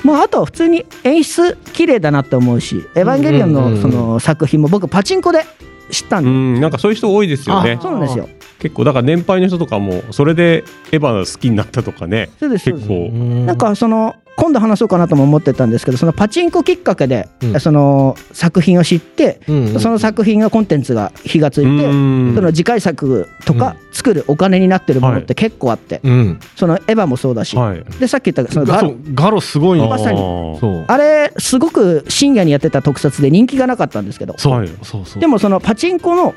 まああとは普通に演出綺麗だなって思うし、エヴァンゲリオン
うんうん
の
うん
その作品も僕パチンコで知ったん
う
で、
んなんかそういう人多いですよね
あ。
そうなんですよ。
結構だから年配の人とかもそれでエヴァ好きになったとかね。
そうです。そうです
結構。
ん
なんかその今度話そうかなとも思ってたんですけど、そのパチンコきっかけで
うん
その作品を知って、
うんうん
その作品がコンテンツが火がついて、
うん
その次回作とか作るお金になってるものって結構あって、
うん
そのエヴァもそうだし、
はい。
でさっき言ったそのガ
ガ
ロ
ロガロすごい
ま
な
さに
あー
そう
あれすごく深夜にやってた特撮で人気がなかったんですけど
そう、
はい
そうそう
でもそのパチンコの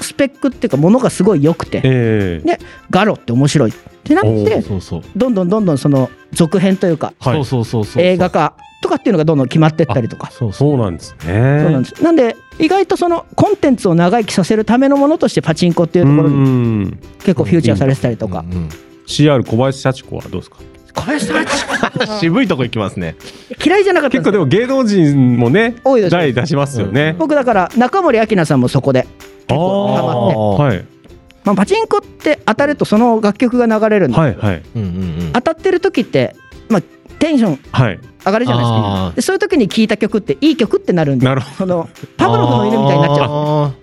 スペックっていうかものがすごい良くて
ええ
でガロって面白いってなっ
お
て
そうそう
どんどんどんどんその続編というか
はい
そうそうそうそう
映画化とかっていうのがどんどん決まってったりとか
そうそう
そうなんですね。
そうなんですなんで意外とそのコンテンツを長生きさせるためのものとしてパチンコっていうところに
うん
結構フューチャーされてたりとか
うん
CR 小林社長はどうですか。
小林さん
うん渋いとこ行きますね
*laughs* 嫌いじゃなかったん
結
です
構で
よ
も芸能人もね
多いです
台出しますよね。
僕だから中森明菜さんもそこで結
あ
構ハマって、
あはい
まあ、パチンコって当たるとその楽曲が流れるんで
はいはい
うんうんうん
当たってる時って、まあ、テンション
はい。
上がるじゃないです
あ
か
ー
でそういう時に聴いた曲っていい曲ってなるんで
なるほ
そのパブロフの犬みたいになっちゃう
ゃ
ど。
*laughs*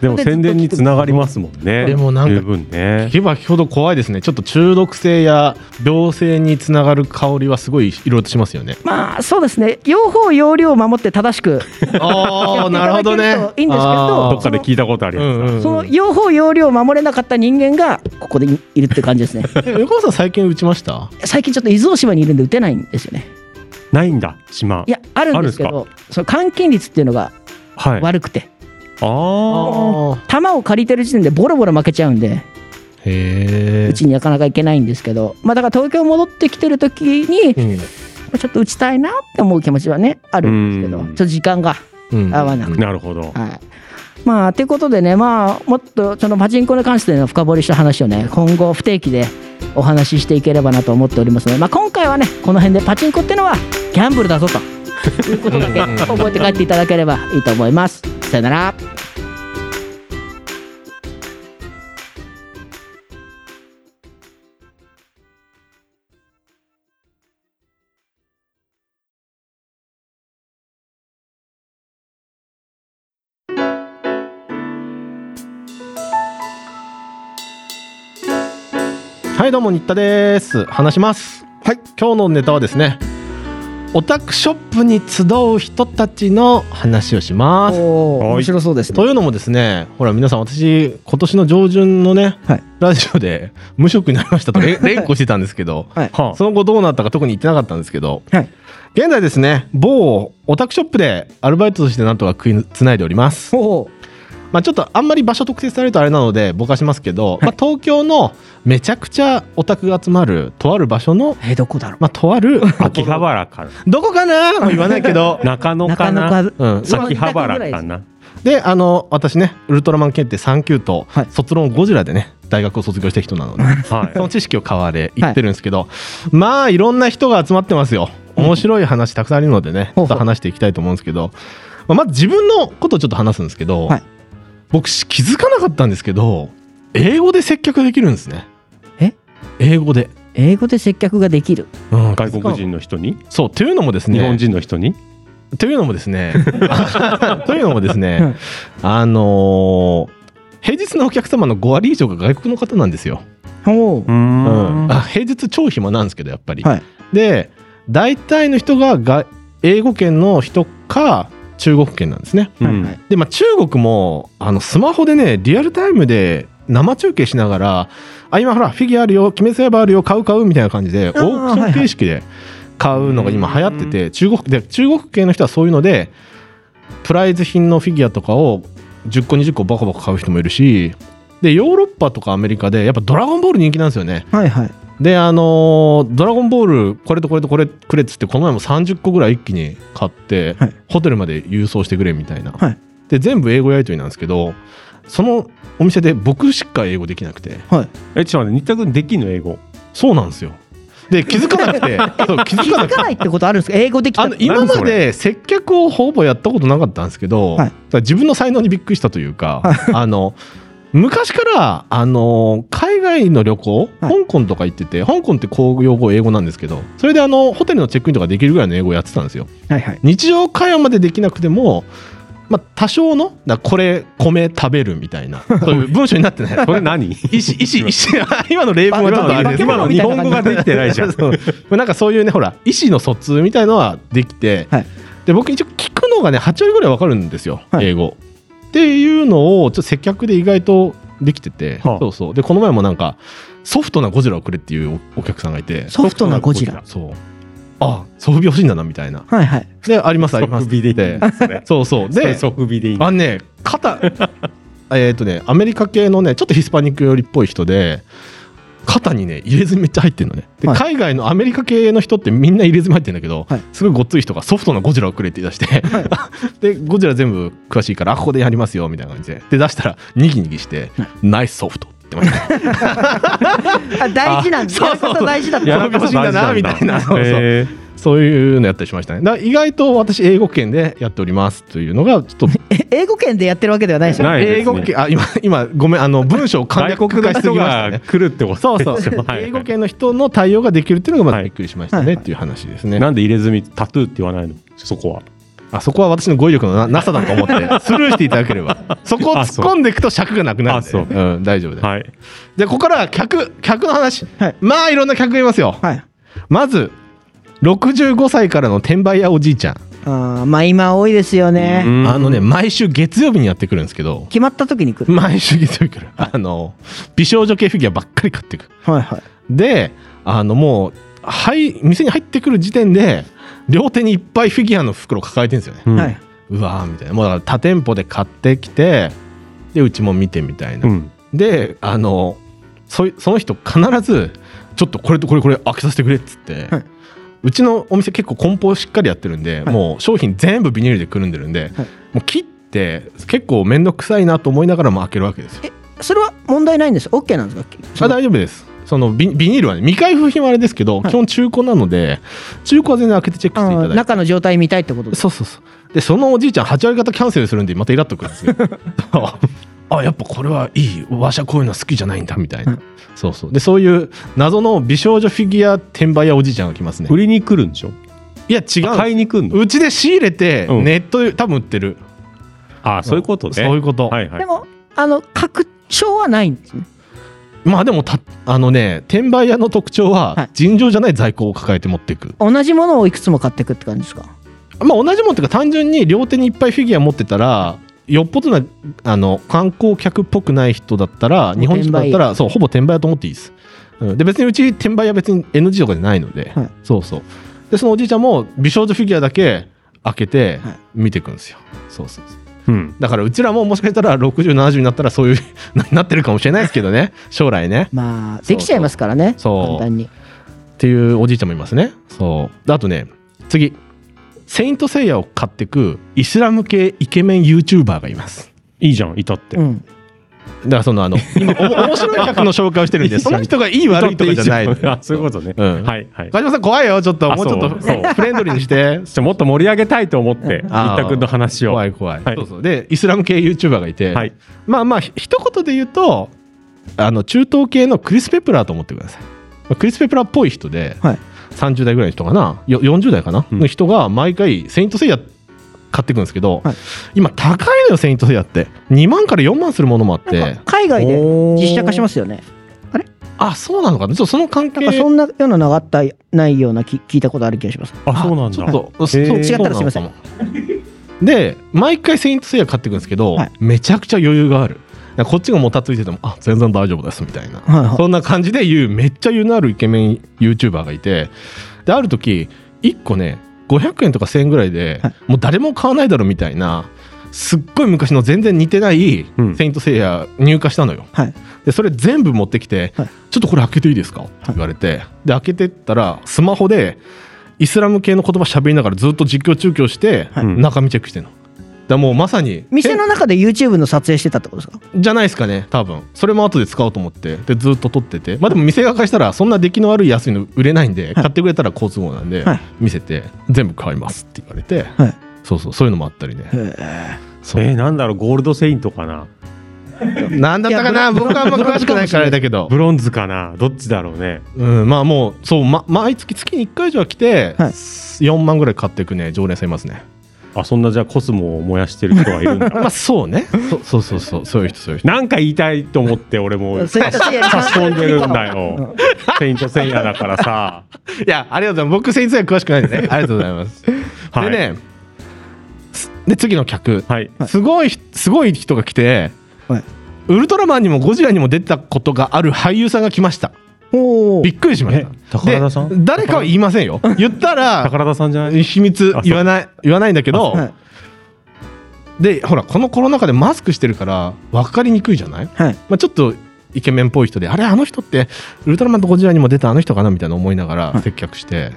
でも宣伝につながりますもんね。
でもなんか
十分ね
聞。けば聞くほど怖いですねちょっと中毒性や病性につながる香りはすごいいろいろとしますよね
まあそうですね両方容量を守って正しく
*laughs* ああなるほどね
やっていただけるといいんですけど
あ
ど
ー
っかで聞いたことあり
う
ます。
んうんうん
その両方容量を守れなかった人間がここでいるって感じですね
え横川さん最近打ちました
最近ちょっと伊豆大島にいるんで打てないんですよね
ないんだ島
い。やあるんですけ
ある
どその換金率っていうのが
はい。あ
悪くて
あ。
球を借りてる時点でボロボロ負けちゃうんで
へ
うちになかなか行けないんですけどまあだから東京戻ってきてる時に
え
ちょっと打ちたいなって思う気持ちはねあるんですけど
うん
ちょっと時間が
うん
合わなくて、
なるほど。
はいまあということでねまあもっとそのパチンコに関しての深掘りした話をね今後不定期でお話ししていければなと思っておりますので、まあ、今回はねこの辺でパチンコってのはギャンブルだぞと *laughs* いうことだけ覚えて帰っていただければいいと思います。さよなら
はいどうも新田です話しますはい今日のネタはですねオタクショップに集う人たちの話をします
お
ー面白
そうです
というのもですねほら皆さん私今年の上旬のね、
はい
ラジオで無職になりました
*laughs*
とれ連呼してたんですけど、
はい
はあ
その後どうなったか特に言ってなかったんですけど、
はい
現在ですね某オタクショップでアルバイトとしてなんとか食いつないでおります、
お
まあ、ちょっとあんまり場所特定されるとあれなのでぼかしますけど、まあ、東京のめちゃくちゃオタクが集まるとある場所の、
えーどこだろ
まあ、とある
秋葉原から。、
どこかなもう言わないけど
中野
う
か *laughs* な。
か
うん、
秋葉原かな。
であの私ねウルトラマン検定3級と
はい
卒論ゴジラでね大学を卒業した人なので、その
は
知識を買われ言ってるんですけど、まあいろんな人が集まってますよ面白い話たくさんあるのでね、
ほうほう
ちょっと話していきたいと思うんですけど、まあまず自分のことをちょっと話すんですけど、
はい
僕気づかなかったんですけど英語で接客できるんですね
え
英語で、
英語で接客ができる
うん
い。外国人の人に、
そうというのもですね
日本人の人に。
というのもですね *laughs* というのもですね、あのー平日のお客様の5割以上が外国の方なんですよ。
お
うー
うん
ん。
あ平日超暇なんですけどやっぱり。
はい
で大体の人がが英語圏の人か中国圏なんですね。
う
はい
ん
はい
で、まあ、中国もあのスマホでねリアルタイムで生中継しながら「あ今ほらフィギュアあるよ鬼滅ばあるよ買う買う」みたいな感じでオー
あー
クション形式で買うのが今流行ってて中国で中国系の人はそういうのでプライズ品のフィギュアとかを10個20個バカバカ買う人もいるしでヨーロッパとかアメリカでやっぱ「ドラゴンボール」人気なんですよね。
はいはい
であのードラゴンボール」これとこれとこれくれっつってこの前も30個ぐらい一気に買って、
はい
ホテルまで郵送してくれみたいな、
はい
で全部英語やり取りなんですけどそのお店で僕しか英語できなくて
はい
え、ちょっと待って、新田君できんの英語。
そうなんですよで気づかなく
*laughs*
てそう気づ
気づ
かなくて
かないってことあるんですか英語できた
あの今まで接客をほぼやったことなかったんですけ
は
ど、
い
だから自分の才能にびっくりしたというか、あの昔からあの海外の旅行、
はい
香港とか行ってて香港って公用語英語なんですけどそれであのホテルのチェックインとかできるぐらいの英語をやってたんですよ
はいはい
日常会話までできなくても、まあ、多少のだこれ米食べるみたいなそういう文章になってな
*laughs*
い
それ何
意思意思意思 *laughs* 今の例文はちょっとあれですけど
今の日本語ができてないじゃん。
そうなんかそういうねほら意思の疎通みたいのはできて、
はい
で僕一応聞くのがね8割ぐらいわかるんですよ、
はい
英語。っていうのをちょっと接客で意外とできてて、
はあ
そうそうでこの前もなんかソフトなゴジラをくれっていうおお客さんがいて
ソフトなゴジラ
そうあソフビ欲しいんだなみたいな
はいはい
でありますあります
即でいいん
で
ですね。
そうそう
それ
で
即備でいいんだ
あのね
*laughs*
肩えっとねアメリカ系のねちょっとヒスパニック寄りっぽい人で肩にね入れ墨めっちゃ入ってるのねで、
はい
海外のアメリカ系の人ってみんな入れ墨入ってるんだけど、
はい
すごいごっつい人がソフトなゴジラをくれって言い出して、 *laughs* でゴジラ全部詳しいからあここでやりますよみたいな感じでで出したらニギニギして、ナイスソフトって言ってました
あ大事なんだ
そう
やり方大事だった
やらかしいんだなみたいなそうそう
へー
そういうのやったりしましたねだから意外と私英語圏でやっておりますというのがちょっと
え英語圏でやってるわけではないでしょ
ないで
英
す
語
ね
圏あ今今ごめんあの文章を簡
外
略
国
化
の
しす
人
ぎましたね
が来るってこと
そうそう
ですよはい
英語圏の人の対応ができるっていうのがまずびっくりしました
は
ね
い
っていう話ですね、
なんで入れ墨タトゥーって言わないのそこは
あそこは私の語彙力のななさだと
*laughs*
思ってスルーしていただければそこを突っ込んでいくと尺がなくなるん
あ
で
そう
うん、大丈夫です、
はい
でここからは客客の話、
はい
まあいろんな客がいますよ、
はい
まず65歳からの転売屋おじいちゃん、
あーまあ今多いですよね、
うん
あのね毎週月曜日にやってくるんですけど
決まった時に来る、
毎週月曜日からあの美少女系フィギュアばっかり買っていく
はいはい
であのもうはい店に入ってくる時点で両手にいっぱいフィギュアの袋抱えてるんですよね、
うん
はい、
うわーみたいなもうだから他店舗で買ってきてでうちも見てみたいな、
うん
であのそいその人必ずちょっとこれとこれこれ開けさせてくれっつって、
はい
うちのお店結構梱包しっかりやってるんで、もう商品全部ビニールでくるんでるんで、もう切って結構面倒くさいなと思いながらも開けるわけですよ。
それは問題ないんです。オッケーなんですか。
あ大丈夫ですそのビビニールはね未開封品はあれですけど、基本中古なので中古は全然開けてチェックしていただい
あ
て
中の状態見たいってことです。
そうそうそうでそのおじいちゃん8割方キャンセルするんでまたイラっとくるんですよあやっぱこれはいいわしゃこういうの好きじゃないんだみたいな、そうそうでそういう謎の美少女フィギュア転売屋おじいちゃんが来ますね
売りに来るんでしょ
いや違
買
う
いに来るの
うちで仕入れて
うん
ネットで多分売ってる、
ああそういうことね
そういうこと、
はいは
で
い
もあの確証はないんですね。
まあでもたあのね転売屋の特徴
はい
は尋常じゃない在庫を抱えて持っていく、
同じものをいくつも買っていくって感じですか。
まあ、同じもんっていうか単純に両手にいっぱいフィギュア持ってたらよっぽどなあの観光客っぽくない人だったら
もう
日本人だった
転売
らそうほぼ転売屋と思っていいです、うん、で別にうち転売屋別に NG とかじゃないので、
はい
そうそうでそのおじいちゃんも美少女フィギュアだけ開けて
はい
見ていくんですよ、そうそうそう
うん
だからうちらももしかしたら6070になったらそういう *laughs* なってるかもしれないですけどね将来ね
まあ
そう
できちゃいますからね。
そ
簡
う
単に。
っていうおじいちゃんもいますねそうであとね次セイントセイヤを買ってくイスラム系イケメン YouTuber がいます
いいじゃんいたって
うん。
だからそのあ *laughs* の今おも面白い客の紹介をしてるんでその人がいい悪いとかじゃないの
いたっていいじゃ *laughs* んあそういう
よ
ことね
うん
はいはい
川島さん怖いよちょっと
あ
もうちょっと
そうそう
フレンドリーにして
じゃあもっと盛り上げたいと思って
あ
新
ー
田君の話を
怖
はい
い怖い、
はい
そうそうでイスラム系 YouTuber がいて、
はい
まあまあひ一言で言うとあの中東系のクリス・ペプラーと思ってくださいまあクリス・ペプラーっぽい人で、
はい
30代ぐらいの人かなよ40代かな、
うん
の人が毎回セイント・セイヤ買ってくんですけど、
はい
今高いのよセイント・セイヤって2万から4万するものもあっ
なん
て
か海外で
おー
実写化しますよね。
あそうなのかなちょっとその関
なん
係
かそんなようなのがあったないようなき聞いたことある気がします。
あそうなんだ
そう
へー
違ったらすいません
そうなのかもで毎回セイント・セイヤ買ってくんですけど、
はい
めちゃくちゃ余裕があるだからこっちがもたついててもあ全然大丈夫ですみたいな、
はいはい
そんな感じで言うめっちゃ言うのあるイケメン YouTuber がいてである時1個ね500円とか1000円ぐらいで、
はい
もう誰も買わないだろみたいなすっごい昔の全然似てない
うん
セイント・セイヤ入荷したのよ、
はい。
でそれ全部持ってきて、
はい
ちょっとこれ開けていいですかって言われて、で開けてったらスマホでイスラム系の言葉喋りながらずっと実況中継して、
はい
中身チェックしてんの。だからもうまさに
店の中で YouTube の撮影してたってことですか。
えじゃないですかね多分それも後で使おうと思ってでずっと撮っててまあでも店側からしたらそんな出来の悪い安いの売れないんで、買ってくれたら好都合なんで、
はい
見せて全部買いますって言われて、
はい
そうそうそういうのもあったりねそう
えーなんだろうゴールドセイントかな
なんだったかない
や
僕はあんま詳しくないからあれだけど
ブロンズかなどっちだろうね
うん、まあもうそう、ま、毎月月に1回以上来て、
はい
4万ぐらい買っていくね常連さんいますね
あそんなじゃあコスモを燃やしてる人がいるん *laughs* だ
まあそうねそうそうそうそういう人そういう人
なんか言いたいと思って俺も
セイントセイヤに関
差し
する
込んでるんだ *laughs* よセイントセイヤだからさ
いやありがとうございます僕先生は詳しくないんでねありがとうございます、
はい
でねすで次の客、
はい
すごいすごい人が来て、
はい
ウルトラマンにもゴジラにも出てたことがある俳優さんが来ました
*laughs* おお
び。っくりしました
え宝田さん
で誰かは言いませんよ言ったら
宝田さんじゃない
秘密
あそう
言わない言わないんだけど、
はい
でほらこのコロナ禍でマスクしてるから分かりにくいじゃない、
はい
まあ、ちょっとイケメンっぽい人であれあの人ってウルトラマンとゴジラにも出たあの人かなみたいな思いながら接客して、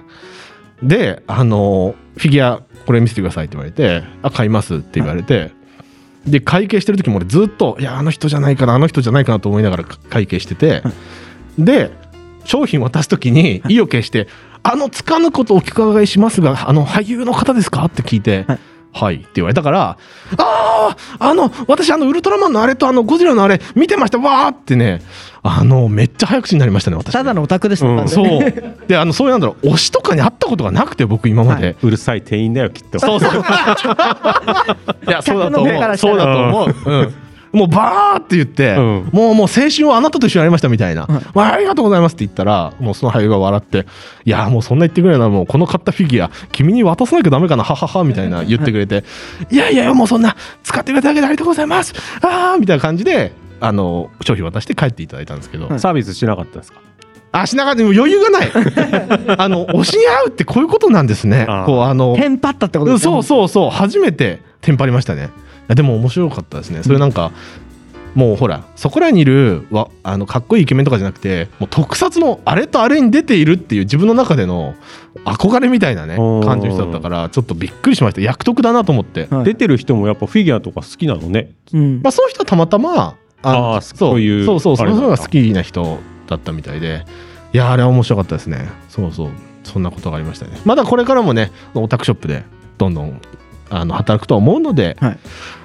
であのフィギュアこれ見せてくださいって言われてあ買いますって言われて、で会計してる時も俺ずっといやあの人じゃないかなあの人じゃないかなと思いながら会計してて、で商品渡す時に意を決して「あのつかぬことお伺いしますがあの俳優の方ですか?」って聞いて
はい
「はい」って言われたから「あああの私あのウルトラマンのあれとあのゴジラのあれ見てましたわ」ーってねあのめっちゃ早口になりましたね私
ただのオタクですね。
うん
完全に
そうであのそういうなんだろう推しとかに会ったことがなくて僕今まで、
うるさい店員だよきっと
そ
*laughs*
うそう。いや、そうだ
客
と
の目か
思
ら
う。
した
そう
ら
だと思う。うんもうバーって言って、
うん
もうもう青春はあなたと一緒にありましたみたいな、わあありがとうございますって言ったらもうその俳優が笑って「いやもうそんな言ってくれるならもうこの買ったフィギュア君に渡さなきゃダメかなははは」みたいな言ってくれて「いやいやもうそんな使ってくれただけでありがとうございますああ」みたいな感じであの商品渡して帰っていただいたんですけど、
サービスしなかったですか
足長でも余裕がない
*laughs*
あの推しに会うってこういうことなんですね
あー
こうあの
テンパったってことですね。
そうそうそう初めてテンパりましたねいやでも面白かったですねそれなんか、もうほらそこらにいるわあのかっこいいイケメンとかじゃなくてもう特撮のあれとあれに出ているっていう自分の中での憧れみたいなね
おー
感じの人だったからちょっとびっくりしました役得だなと思って、
はい
出てる人もやっぱフィギュアとか好きなのね。
うん
まあ、その人はたまたまの
あーそういう
そうそうそ
あ
う
れ
そ
なんだ
の人が好きな人だったみたいでいやーあれは面白かったですねそうそうそんなことがありましたねまだこれからもねオタクショップでどんどんあの働くとは思うので、
はい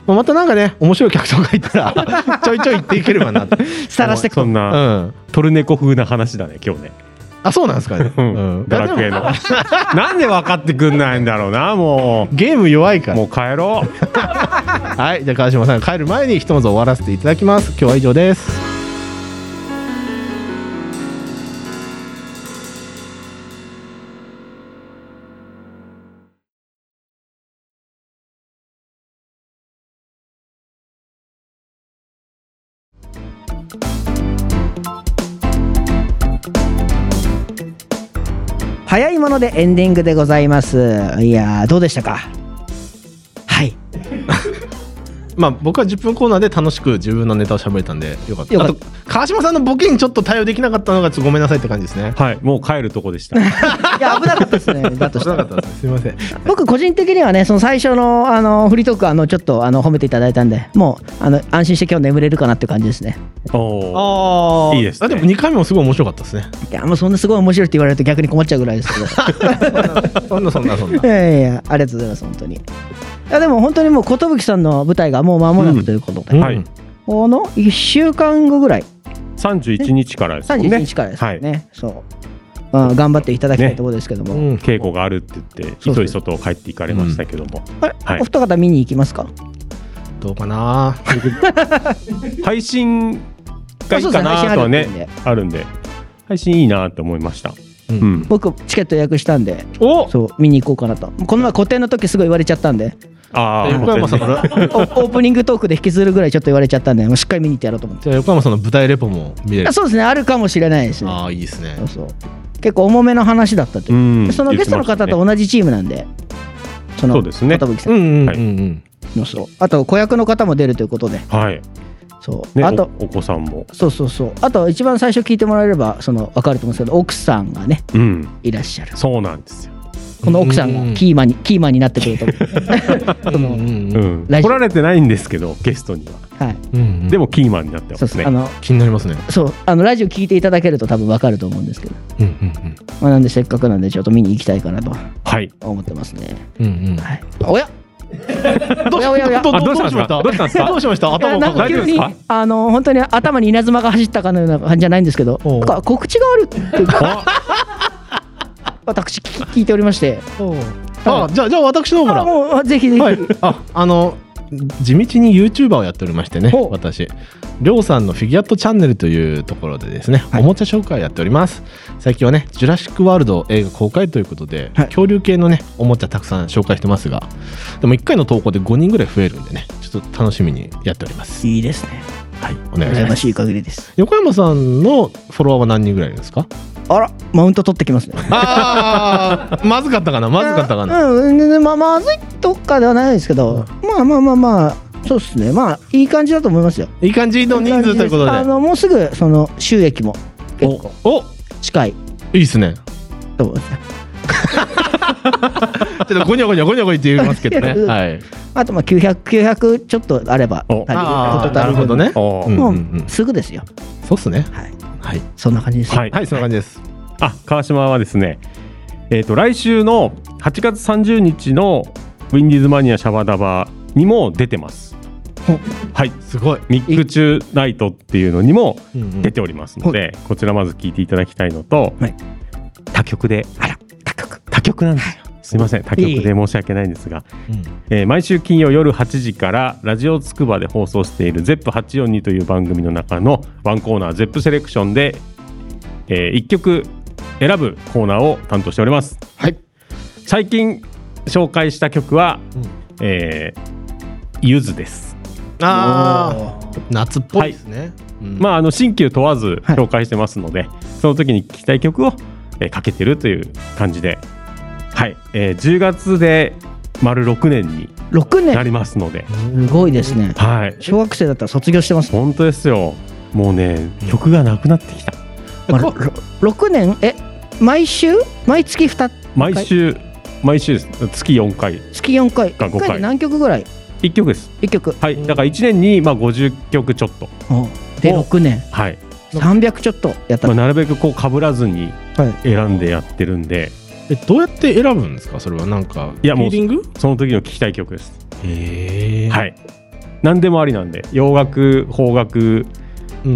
まあまたなんかね面白い客とかいた
*laughs*
らちょいちょい行っていければなと、う
さらしてく
そんな、
ん、
トルネコ風な話だね、
*laughs*
今日ね。
あそうなんですかね、う
うん
ん、
ドラクエの。なんで分かってくんないんだろうな、も。
ゲーム弱いうから
もう帰ろう。
*laughs*
はいじゃあ川島さん帰る前にひとまず終わらせていただきます今日は以上です
早いものでエンディングでございますいやーどうでしたかはい
まあ僕は10分コーナーで楽しく自分のネタを喋れたんでよかった
よかった
あと川島さんのボケにちょっと対応できなかったのがちょっとごめんなさいって感じです
*laughs*
ね
はい、もう帰るとこ
*laughs*
でした。
いや危なかったですねだとした
な
ら
かったですすいません
僕個人的にはねその最初のあのフリートークあのちょっとあの褒めていただいたんでもうあの安心して今日眠れるかなっていう感じですね
おお。
あ
ーいいですね
あでも2回目もすごい面白かったですね
いやもうそんなすごい面白いって言われると逆に困っちゃうぐらいですけど
そんなそんなそんない
やいやいやありがとうございます本当にいやでも本当にもう寿さんの舞台がもう間もなくということで、
は
*laughs*
い
うん
この1週間後ぐらい
31日からですもんね。
31日からですよねそう、まあ、頑張っていただきたいところですけども、
うん
稽古があるって言って、
そうそ
ひと
う
りそと帰っていかれましたけども、
あれ、
はい
お二方見に行きますか
どうかな
配信がいい
あそうですね
かなとは
配信あるんで
ね、あるんで、配信いいなと思いました。
う
うんん。
僕チケット予約したんで
お
そう見に行こうかなとこの前古典の時すごい言われちゃったん
*laughs*
で
ああ、
横山さんから
おオープニングトークで引きずるぐらいちょっと言われちゃったんでもうしっかり見に行ってやろうと思って
じゃあ横山さんの舞台レポも見れる
あそうですねあるかもしれないですね
ああいいですね
そうそう結構重めの話だったと
う
いう、
ん。
そのゲストの方と
言ってま
同じチームなんでその
そうですね
寿さ
うん
ん
うんうん、
はい
うん
のそうあと子役の方も出るということで
したねはい。
そう、
ね、
あと
おお子さんも。
そうそうそうあと一番最初聞いてもらえればその分かると思うんですけど奥さんがね
うん。
いらっしゃる
そうなんですよ。
この奥さんがキーマンにキーマンになってく
*laughs*
ると思うその
うんう
うんん。
ラジオ
来られてないんですけど、ゲストには。
はい
うん
で
も
もキーマンになって
そ
ま
う
す
そう
ね
あ。の
気になりますね
そうあのラジオ聞いていただけると多分分かると思うんですけど、
うんうん
まあ、なんでせっかくなんでちょっと見に行きたいかなと
はい。
思ってますね
うんうんうん
はいおや
どう
おやおやおや
どう
あ
ど
ど
う
う
し
し
ま
ま
し
した
た
どうしたんですか
どうしました
いや
頭を
なん
抱
か急
えて
大丈夫です
に
か
あの本当に頭に稲妻が走ったかのような感じじゃないんですけど
おう
なんか告知があるっていうか *laughs* 私聞聞いておりまして
あじゃあじゃあ私の方か
あ
ら
もうぜひぜひ、
はい、ああの地道に YouTuber をやっておりましてね
ほう
私りょうさんのフィギュアットチャンネルというところでですね、おもちゃ紹介をやっております最近はね「ジュラシック・ワールド」映画公開ということで、
はい
恐竜系のねおもちゃたくさん紹介してますがでも1回の投稿で5人ぐらい増えるんでねちょっと楽しみにやっております
いいですね
はいお願いし
羨
ま
ますしい限りです
横山さんのフォロワーは何人ぐらいいるんですか
あらマウント取ってきますね
あーまずかったかなまずかったかな
うんうんまあまずいとかではないですけど、まあまあまあまあそうですねまあいい感じだと思いますよ
いい感じの人数ということ
あ
で
のもうすぐその収益も結構
お
近い
いいですね
と思います
ちょっとゴニョゴニョゴニョゴニョって言いますけどねはい
あとまあ900900ちょっとあれば足り
お
るト
ああ
ータ
な
ル
る
分
ほどね。
お
うん
も
うんう
うんすぐですよ
そうっすね。
はい
はい。
そんな感じですよ
はい
はい、そんな感じです。
あ川島はですね、えー、と来週の8月30日のウィンディーズマニアシャバダバにも出てます。はい、
すごい。
ミック中ナイトっていうのにも
出
出ておりますので、こちらまず聞いていただきたいのと、
はい
他局で
あら高く
他局なんですよ。すいません他局で申し訳ないんですが、
うん
えー毎週金曜夜8時からラジオつくばで放送している ZEP842 という番組の中のワンコーナー ZEP セレクションで、え1曲選ぶコーナーを担当しております
はい
最近紹介した曲は、
うん
えーゆずです、
ああ、夏っぽいですね。
ま
あ、
ああの新旧問わず
はい
紹介してますので、その時に聴きたい曲を、えーかけてるという感じではい、えー10月で丸6年に
6
な
年
りますので、
すごいですね
はい、
小学生だったら卒業してますね
本当ですよ。もうね、曲がなくなってきた。
まあろろ6年え毎週毎月2
毎週、毎週です月4回、
月4回
か
1
五回
回で何曲ぐらい
1曲です。
1曲
はい、だから1年にまあ50曲ちょっと、
で
お
6年
はい
300ちょっとやった
まあ、なるべくこう被らずに
はい
選んでやってるんで、
えどうやって選ぶんですかそれはなんか
いやもう
フィーリング
その時の聴きたい曲です。
へえ
はい、何でもありなんで、洋楽、邦楽、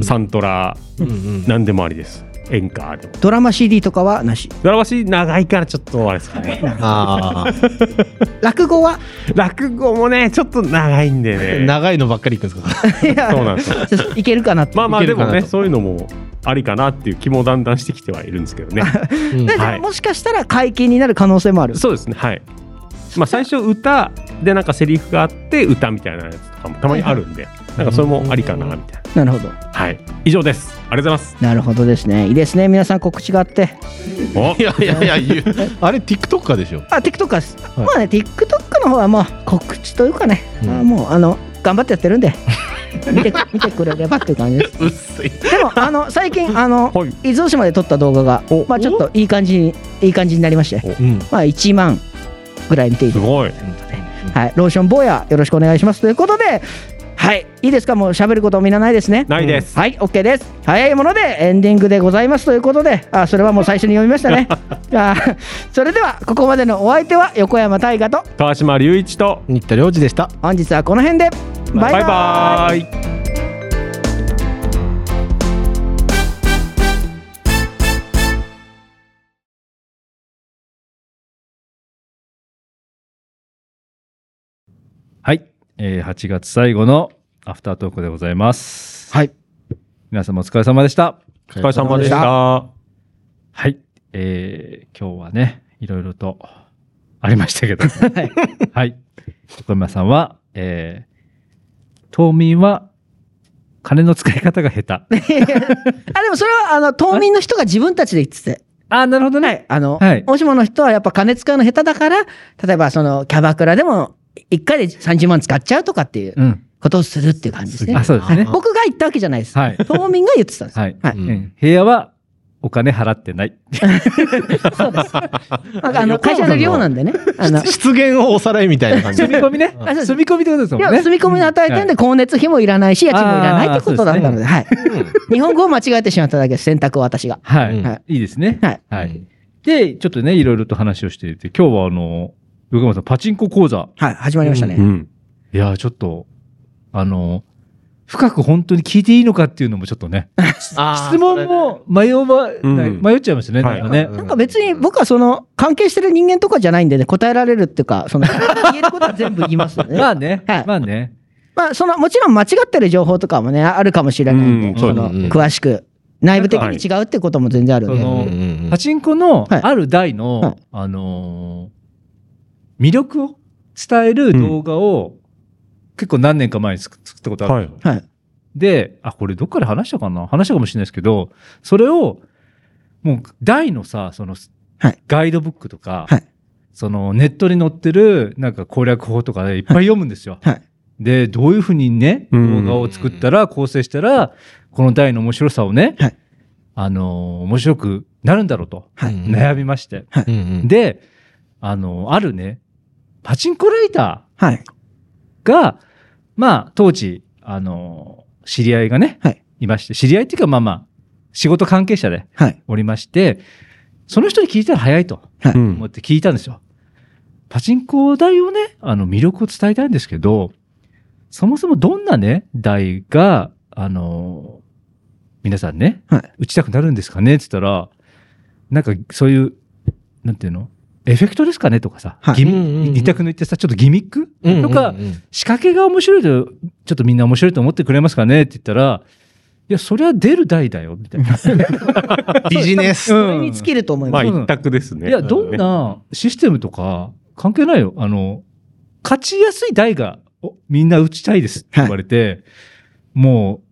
サントラ、
うんうん
何でもありです。演歌でも。
ドラマ CD とかはなし
ドラマシー長いからちょっとあれで
*laughs*
すかね。
あー
落語
*laughs*
は
落語もね、ちょっと長いんでね。
長いのばっかりいくんですか
いや
そうなんです
*laughs*
よ。
ちょっといけるかなって
まあまあ
いけ
で
るか
も
な
ね、
と
そういうのもありかなっていう気もだんだんしてきてはいるんですけどね。
うん
ででも
はい
もしかしたら解禁になる可能性もある
そうですね、はい。まあ最初歌でなんかセリフがあって歌みたいなやつとかもたまにあるんで、なんかそれもありかなみたい
なるほど
な。はい。以上です。ありがとうございます。
なるほどですねいいですね皆さん告知があって
お
いやいやいや言う *laughs* あれ TikToker でしょ
あ TikTok です、
い
まあね TikTok の方はもう告知というかね、
うん
あもうあの頑張ってやってるんで *laughs* 見て見てくれればっていう感じです
うっす
*laughs*
い
でもあの最近あの、
はい
伊豆大島で撮った動画が
お
まあちょっといい感じにいい感じになりまして
うん
まあ1万ぐらい見てい
す
る
ごい。
はいローション坊やよろしくお願いしますということではいいいですかもう喋ることみんなないですね
ないです。
はい、OK です。早いものでエンディングでございますということで、あそれはもう最初に読みました
*laughs*
ね。あそれでは、ここまでのお相手は横山大河と、
川島隆一と。
新田良二でした
本日はこの辺で、バイバイ。
バイバーイ。
はい、えー、8月最後のアフタートークでございます。
はい。
皆様お疲れ様でした。
お疲れ様でした。
はい、えー、今日はね、いろいろとありまし
*laughs*
たけど、はい。横山さんは、えー、島民は金の使い方が下手。
*laughs* あでもそれはあの島民の人が自分たちで言ってて。
あ、なるほど
はい。。あの、
はい
もしもの人はやっぱ金使うの下手だから、例えばそのキャバクラでも1回で30万使っちゃうとかっていう
うん。
ことをするっていう感じですね。
あ、そうですね。
はい僕が言ったわけじゃないです。
はい
島民が言ってたんです。
はい。
は
う
い。
うんん、部屋はお金払ってない。
そうです。なんかあの会社の寮なんでね。あ
*laughs*
の
出現をおさらいみたいな感じ
住み込みね。
あそうです
住み込みってことですも
いや
んね。
住み込みの与えてるんで、光熱費もいらないし、家賃もいらないってことだったので、はい。日本語を間違えてしまっただけです、選択を私が。
は。
うん
はい
いいですね。
はい。
はい。で、ちょっとね、いろいろと話をしていて、今日はあの、横山さん、パチンコ講座。
はい、始まりました
う
ね。
ん。
いやー、ちょっと、あの、深く本当に聞いていいのかっていうのもちょっとね、質問も迷わ、ない
うん
迷っちゃいましたね、
はい
なんかね。
なんか別に僕はその、関係してる人間とかじゃないんでね、答えられるっていうか、その、言えることは全部言いますよね。
*laughs* まあね
はい、
まあね。
まあ、その、もちろん間違ってる情報とかもね、あるかもしれないんで、
うん
そ
そ
の
うですね
詳しく、内部的に違うってことも全然あるん
そ
で。
の
立
パチンコの
はい
ある台
はい
の、あのー、魅力を伝える動画を、結構何年か前に作作ったことある。
はい。
はい。
で、あ、これどっかで話したかな話したかもしれないですけど、それを、もう大のさ、その、
はい
ガイドブックとか、
はい
そのネットに載ってる、なんか攻略法とかでいっぱい読むんですよ。
はい
で、どういうふうにね、
うん
動画を作ったら、構成したら、この大の面白さをね、
はい
あのー面白くなるんだろうと、
はい
悩みまして。
で
で、あのーあるね、パチンコライター、
はい。
が、まあ、当時、あの、知り合いがね、
はい
い、まして、知り合いっていうか、まあまあ、仕事関係者で
はい。
おりまして、その人に聞いたら早いと
う
思って聞いたんですよ。パチンコ台をね、あの、魅力を伝えたいんですけど、そもそもどんなね、台が、あの、皆さんね、
はい
打ちたくなるんですかねって言ったら、なんか、そういう、なんていうのエフェクトですかねとかさ、
はい
ギミ
うんうんうん
二択の言ってさ、ちょっとギミックとか、仕掛けが面白いと、ちょっとみんな面白いと思ってくれますかねって言ったら、いや、そりゃ出る台だよ、みたいな。
ビジネス
それに尽きると思い
ま
ま
あ
す。
うん
一択ですね。
いや、どん
ね
なシステムとか関係ないよ。あの、勝ちやすい台がおみんな打ちたいですって言われて、も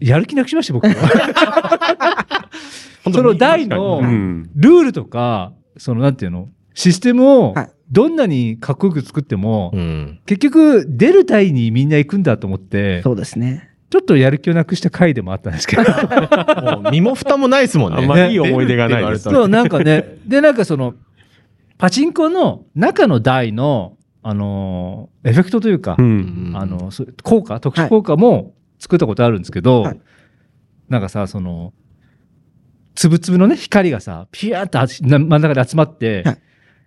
う、やる気なくしました、僕は。その台
う
の
ん。
ルールとか、その、なんていうの、システムを
はい
どんなにかっこよく作っても、
うん
結局出る台にみんな行くんだと思って
そうですね。
ちょっとやる気をなくした回でもあったんです
*laughs*
けど
もう身も蓋もないですもんね。
あんまりいい思い出がないです
出るって言
そ
わ
う
れ
なんかねでなんかそのパチンコの中の台のあのーエフェクトというか、
うん
たら
あ、のそう効果特殊効果も作ったことあるんですけど、
はい
なんかさそのつぶつぶのね光がさピヤーッとあしな真ん中で集まって、
はい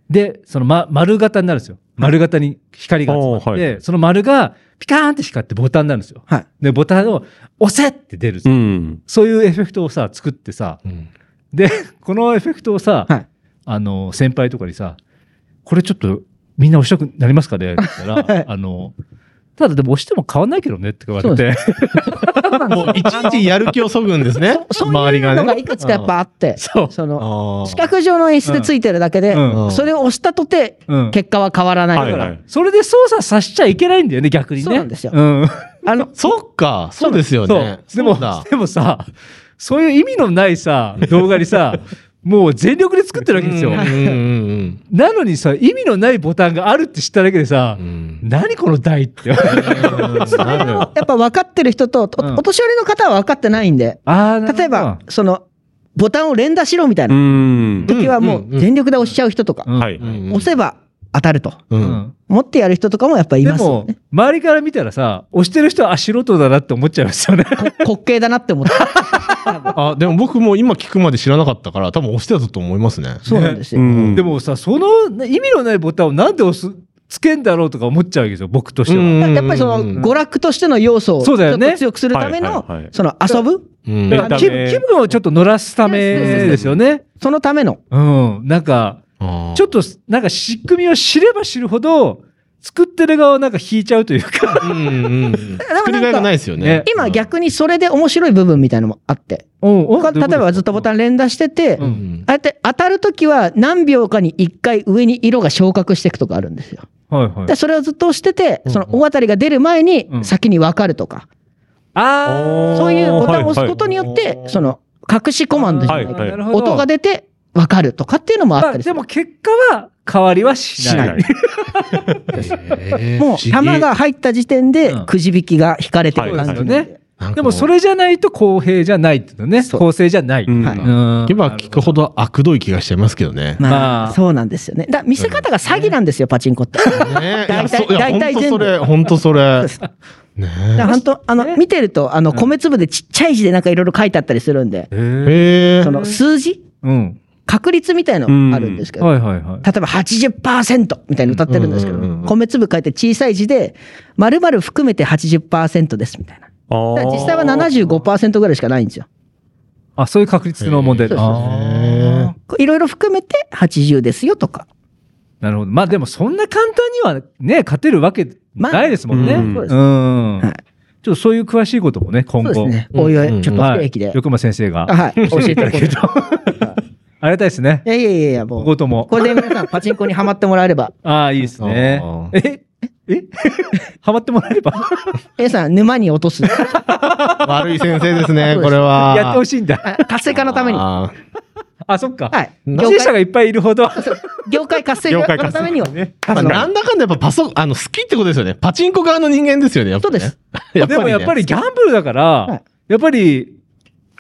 でその、ま、丸型になるんですよ丸型に光が集まって、
おーは
その丸がピカーンって光ってボタンになるんですよ
はい。
でボタンを押せって出るんです
う
よ、
ん
そういうエフェクトをさ作ってさ
うん
で *laughs* このエフェクトをさ、
はい
あの先輩とかにさこれちょっとみんな押したくなりますかねって
*laughs*
言ったらあのただでも押しても変わんないけどねって言われ
そう。
て
もう一日やる気をそぐんですね
そういうのがいくつかやっぱあって、
そう
その、
あー
視覚上の演出でついてるだけで、
うん
うん
それを押したとて、
うん
結果は変わらない。
はい
だか
は
ら
い。。
*laughs* それで操作させちゃいけないんだよね逆にね
そうなんですよ
うん
あの、
*laughs* そっか、そうですよ
そう
ね。
でも
そうだ
でもさそういう意味のないさ動画にさもう全力で作ってるわけですよ
うんうん
なのにさ意味のないボタンがあるって知っただけでさ
うんうん。
何この台って *laughs*
なる
やっぱ分かってる人と、お
うん
お年寄りの方は分かってないんで、
あ
例えば、その、ボタンを連打しろみたいうなん時はも
うんうんう
うん全力で押しちゃう人とか、
うん
はい。
うん
押せば当たると。
う。
うんん
持ってやる人とかもやっぱい
で
ますよ
も
ね。
周りから見たらさ押してる人はあ素人だなって思っちゃいますよね
こ *laughs* 滑稽だなって思って。
あ、でも僕も今聞くまで知らなかったから、多分押してたと思いますね。
そうなんですよ。
うん
*laughs* で、もさそのね意味のないボタンをなんで押すつけんだろうとか思っちゃうわけですよ僕としては。
やっぱりその娯楽としての要素をち
そ
ょ
うだよ
っ
ね
と強くするための
はいはいはい、
その遊ぶ、
うん
だから
気分気分をちょっと乗らすためですよね。
そのための。
うん。なんか、
あー
ちょっと、なんか仕組みを知れば知るほど、作ってる側をなんか引いちゃうとい
*laughs*
うか。
うんうんうん
だから
作りがいがないですよ
ね
ね。
今逆にそれで面白い部分みたいのもあって。
うん
他例えばずっとボタン連打してて、
う
うんん
ああやって当たるときは何秒かに1回上に色が昇格していくとかあるんですよ。
はいはい
で、。それをずっと押してて、
うん
その大当たりが出る前に
うん
先に分かるとか、
あ
そういうボタンを押すこと
に。
によって、その隠しコマンドじゃないけど
はいはい
音が
出
出て分かるとかっていうのもあ
ま
った
あ、
り
です
る。
も結果は変わりはし
し
な。
ないい
えー
もう
不思議
弾が入った時点で
うん
くじ引きが引かれて
そ
る
うです
感
よ
じなんで、
ね
なんか
でもそれじゃないと公平じゃないっていうのね。
そう
公正じゃない。
うん
はい
うん
聞けば聞くほど悪どい気がしちゃいますけどね。
まあ、
まあ
そうなんですよね。だ見せ方が詐欺なんですよ、パチンコって。だか
ね
大体
いや
大体
そういや
全部
本当それ、本当
そ
それ。ね
ら本当あの見てるとあの米粒でちっちゃい字でなんかいろいろ書いてあったりするんで、
え。
へえ
へえ
そ。の数字
うん。
確率みたいのあるんですけど、
はいはいはい。
例えば80%みたいに歌ってるんですけど、
うんうんうんうん
米粒書いて小さい字で、丸々含めて80%ですみたいな。
あー
だから実際は75%ぐらいしかないんですよ。
あ、そういう確率の問題だ。
そうそう
あー
いろいろ含めて80ですよとか。
なるほど。まあでもそんな簡単にはね、勝てるわけないですもんね。
まあ
そう
う
です
ん。
はい
ちょっとそういう詳しいこともね、今
そうで
後。
すね。
うん
おいおい、ちょっと不
はい。
定期で。
横間先生が
あはい。
教
教
え
え
て
て
い
いた
ただ
だ
け
け
る
る
と
と。
ありがたいですね
い。やいやいやいや、もう。
今後とも
こ。れで皆さん、パチンコにハマってもらえれば、
ああ、いいですね
あ。
ええ *laughs* ハマってもらえれば
皆さん、沼に落とす。
悪い先生ですね、これは。
やってほ
い
しいんだ。
あ活性化のために。は
あー
あ、そっか。
い。
支
業
持者が
界
いっぱいいるほど。
業界活性
業界
化
活
のた
性化
めには。
まあなんだかんだやっぱパソ、あの、好きってことですよね。パチンコ側の人間ですよね、やっぱ、ね。
そうです
やっぱりね。
でもやっぱりギャンブルだから
い、
やっぱり、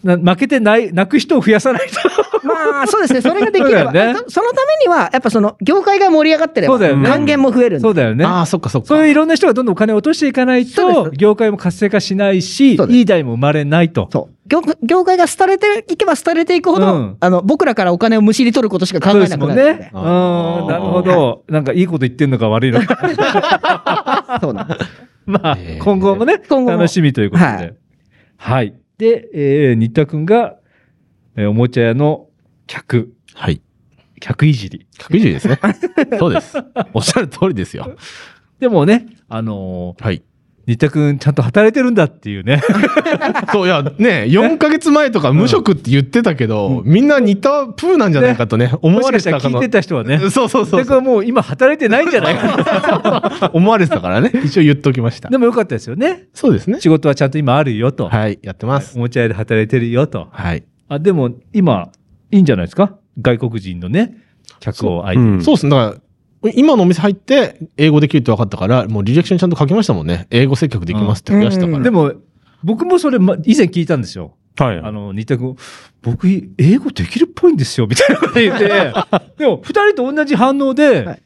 な負けてない、泣く人を増やさないと。
*laughs* まあ、そうですね。それができれば。
そうだよね
そそのためには、やっぱその、業界が盛り上がってれ
そう
ば、
だよね
還元も増えるんで。
そうだよね。
ああ、そっかそっか。
そういういろんな人がどんどんお金を落としていかない
そう
と
で、す
業界も活性化しないし
そう、です
いい代も生まれないと。
そう業業界が廃れていけば廃れていくほど、
うん
あの僕らからお金をむしり取ることしか考
そ
え
うで
な
す
く
も
なんるん
ね
で。
う
あ
ん、
ー
なるほど。なんかいいこと言ってんのか悪いの
*laughs*
か。
そうなんです
まあ
え、ー
今後もね、
今後も
楽しみということで。は
はいい。
で、えー、新田くんが、えーおもちゃ屋の客、
はい。
客いじり。
確実ですね。そうです。おっしゃる通りですよ。
でもね、あのー
はい。
新田くんちゃんと働いてるんだっていうね。
そう、いや、ね、4ヶ月前とか無職って言ってたけど、みんな似たプーなんじゃないかとね、思
もし
わ
か
れ
した
て
ら
たか
聞い
の
て。た人はね、
そうそうそ
新
う
田くん
そう。
はもう今働いてないんじゃないかな。
*laughs* 思われてたからね。一応言っときました
で。もよかったですよね。
そうですね。
仕事はちゃんと今あるよと。
はい、やってます
お。もちゃ屋で働いてるよと。
はい。
あ、でも今、いいんじゃないですか外国人のね、客を相手
う
に。
ん
そうですね。だから、今のお店入って、英語できるって分かったから、もう履歴書にちゃんと書きましたもんね。英語接客できますって増やしたから。
うん
でも、僕もそれ、ま以前聞いたんですよ。
はい。
あの、新田君、僕、英語できるっぽいんですよ、みたいなこと言って、でも、二人と同じ反応で、
はい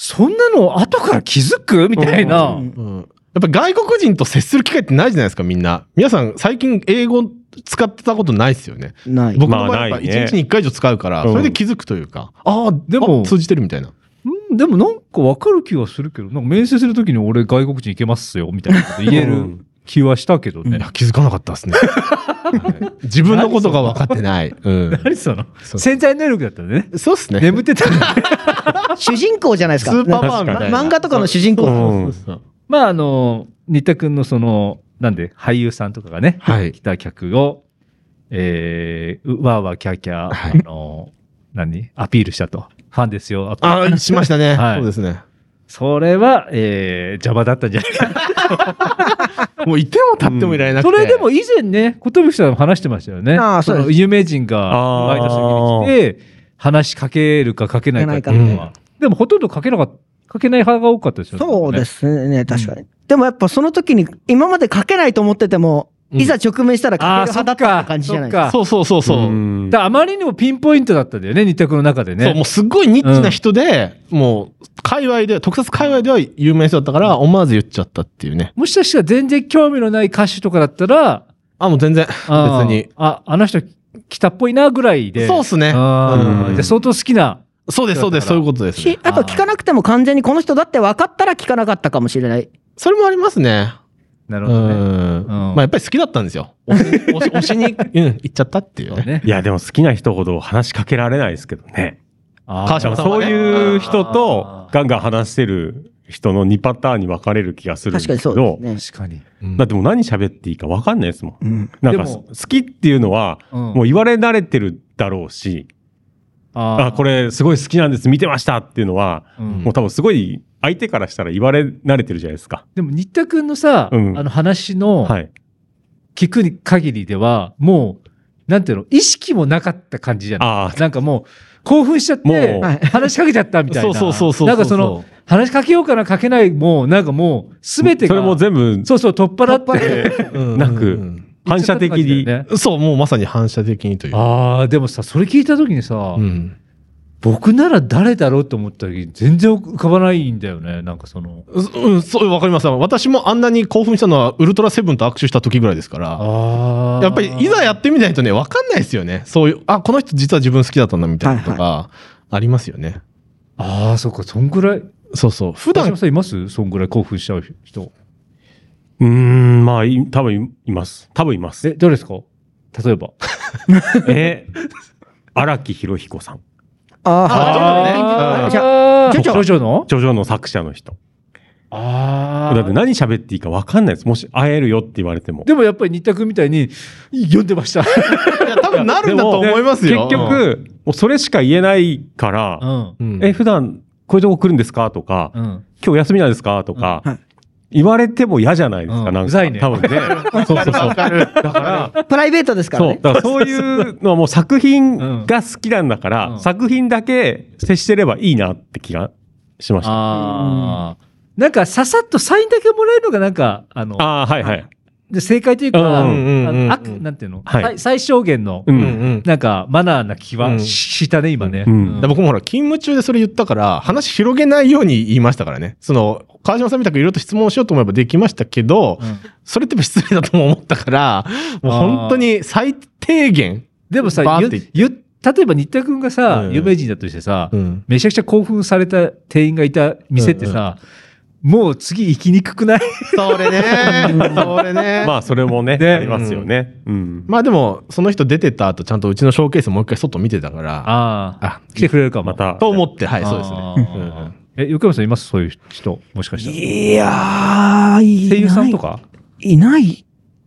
そんなの後から気づくみたいな。
うん
うんやっぱ外国人と接する機会ってないじゃないですか、みんな。皆さん、最近英語使ってたことないですよね。
ない。
*laughs* 僕の場合
まあ
はやっぱ
ないね
1日に1回以上使うから、
うん
それで気づくというか、
ああ、で
あ
も、
通じてるみたいな。
うんでもなんかわかる気はするけど、なんか面接の時に俺外国人行けますよ、みたいなこと言え
う
る
ん
気はしたけど
い
ね。
や気づかなかったですね。はい自分のことが分かって *laughs* ない。うん
何その
そう
潜在能力だったのね。
そうっすね。
眠ってたんだ
主人公じゃないですか。
スーパーマンみ
な
たい
んか
な。
漫画とかの主人
う
公。
ん
まああの、新田くんのその、なんで、俳優さんとかがね、
はい
来。た客を、えー、うわーわーキャーキャー、
はい
あの、何アピールしたと。ファンですよ。あ
ああ、しましたね。
はい
そうですね。
それは、えー、邪魔だったんじゃないか
もういても立ってもいられな
な。
くて。
それでも以前ね、小峠さんも話してましたよね。
ああそうです
の有名人が、
あ
ワ
あ
イドショーに来て、話しかけるかかけないかっていうのは。でもほとんどかけなかった、かけない派が多かったですよね。
そうですね、確かに。でもやっぱその時に、今まで書けないと思ってても、
うん
いざ直面したら書ける
ああ、そ
派
っ
だ
か。
ったって感じじゃないですか。
そっか
そうそうそうそう。
うん
だからあまりにもピンポイントだったんだよね、二択の中でね。
そう、もうすっごいニッチな人で、もう、界隈で、特撮界隈では有名な人だったから、思わず言っちゃったっていうね。
もしかしたら全然興味のない歌手とかだったら、
あ、もう全然、
あー
別に。
あ、あの人来たっぽいなぐらいで。
そうっすね。
あー
うん
じゃあ相当好きな。
そうです、そうです、そういうことですね
し。あと聞かなくても完全にこの人だって分かったら聞かなかったかもしれない。
それもありますね。
な
う
るほどね。
ん。まあ、やっぱり好きだったんですよ。推し推し推しに、うん、行っちゃったっていう
そう
ね。
ね
い。や、でも好きな人ほど話しかけられないですけどね。
川
島さん
そういう人
あ
と
ー
ガンガン話してる人の2パターンに分かれる気がするんで
確
す
か
け
に
ど。
そうですね。
確かに。
うん
だってもう何喋っていいか分かんないですもん。
うん、
なん
で
か
も
好きっていうのは、も
も
う言われ慣れてるだろうし、
あ
あ、これすごい好きなんです、見てましたっていうのは、
れ、
もう多分すごい相手からしたら言われ慣れてるじゃないですか。
でも、新田くんのさ、
うん
あの話の、
はい。
聞く限りでは、もう、なんていうの、意識もなかった感じじゃない
ああ、
なんかもう、興奮しちゃっ
も
て
う、
はい
話しかけちゃったみたい
そ
な。
うそうそうそう。
なんかその、、話しかけようかな、かけない、もう、なんかもう、すべて
そ
が、
れも全部
そうそう、取っ払
*laughs*
って、
うん
なく反射的に。
ね。
そう、もうまさに反射的にという。
ああ、でもさ、それ聞いた時にさ、
うん。
僕なら誰だろうと思った時、全然浮かばないんだよね、なんかその。
ううん、そう、わかります。私もあんなに興奮したのは、ウルトラセブンと握手した時ぐらいですから。
ああ。
やっぱり、いざやってみないとね、わかんないですよね。そういう、あ、この人実は自分好きだったんだみたいなのとか、ありますよね。
ああ、そっか、そんぐらい。
そうそう。普
普段
段、
さんいますそんぐらい興奮しちゃう人。
うーん、まあ、い多分います。多分います。
え、誰ですか例えば。
え、 *laughs* 荒木博彦さん。
ああ、
じ
じゃ
ゃあ、
ジ
ジ
ョジョ
ョジョの
ジョジョの作者の人。
あ
だって
あ。
何喋っていいか分かんないです。もし会えるよって言われても。
でもやっぱり新田君みたいに、読んでました。
いや多分なるんだと思いますよ。
結局、もうそれしか言えないから、
ん。
うん、うん
え、普段こういうとこ来るんですかとか、
うん。
今日休みなんですかとか、
うんはい
言われても嫌じゃないですか、
うん
なんか。
うざいね
多分ね。そうそうそう。だから、
あ、プライベートですから
そう。
ね。
だからそういうのはもう作品が好きなんだから、
うん
作品だけ接してればいいなって気がしました。あ
ああ。なんか、ささっとサインだけもらえるのが、なんか、あの、
あー、はいはい。
で正解というか、
うん
あ
うん
うんうん
の悪、なんていうの
はい
最最小限の
う、
うん
ん。
うん
なんか、マナーな気
う
は
ん
ししたね、今ね。
うん
だから僕もほら、勤務中でそれ言ったから、話広げないように言いましたからね。その、川島さんみたくいろいろと質問しようと思えばできましたけど、
うん
それって失礼だとも思ったから、もう本当に最低限。
でもさ、
バー
ゆ
って言っ
ゆ例えば新田君がさ、
うん
有名人だとしてさ、
うん
めちゃくちゃ興奮された店員がいた店ってさ、もう次行きにくくない
それね。それね。ま
ま
あ、
あ、それもね、
ね
ありますよね。うん。
でも、その人出てった後、ちゃんとうちのショーケースもう一回外見てたから、
ああ
あ、
来てくれるかも。
また、
と思って、はい、そうです
あ
ね。
ーえ、横山さんいますそういう人、もしかしたら。
いやー、いない
声優さんとか
いないっ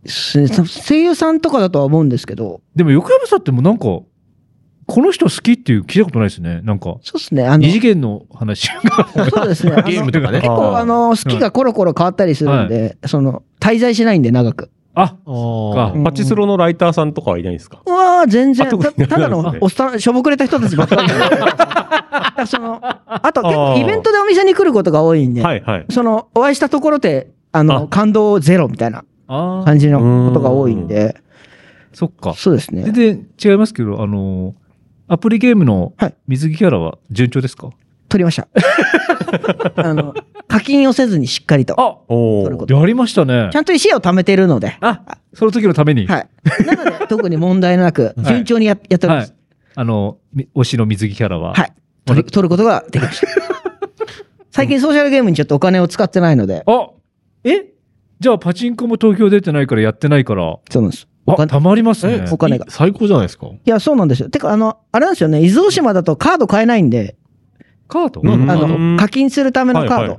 すね。そ声優さんとかだとは思うんですけど、
でも横山さんってもうなんか、この人好きっていう聞いたことないですね。なんか、
そうですね。あの
二、次元の話
*laughs*
が。
そうですね。あの
ゲームとかね
結構、あの、好きがコロコロ変わったりするんで、その、滞在しないんで、長く。
あ、
あ
うん
パチスロのライターさんとかはいないんですか
うわー全然
あ特
た
に
ただ
なん
の
か
おっさんしょぼくれた人たちばっかりだからそのあと結
あ
構
ー
イベントでお店に来ることが多いんで、
はいはい。
そのお会いしたところであの
あ
感動ゼロみたいな
ああ、
感じのことが多いんで
そっか。
そうですね
全然違いますけど、あのー、アプリゲームの
はい
水着キャラは順調ですか、
取りました *laughs* あの課金をせずにしっかりと
あ
お
取るこ
お。
と
やりましたね
ち。ゃんと石を貯めてるので、
あ、その時のために。
はい、なので特に問題なく
はい
順調にや,、やっており
は
ま
い
す、
あの、み推しの水着キャラは。
はい取る取ることができました最近ソーシャルゲームにちょっとお金を使ってないので
あえじゃあパチンコも東京出てないからやってないから、
そうなんですお
あ
金
たまりますね
お。金が
あ。最高じゃないですか。
いや、そうなんですよ。てか、あの、あれなんですよね、伊豆大島だとカード買えないんで、
カード
うん
あ
うん
の、課金するためのカー
はいは
ド
い。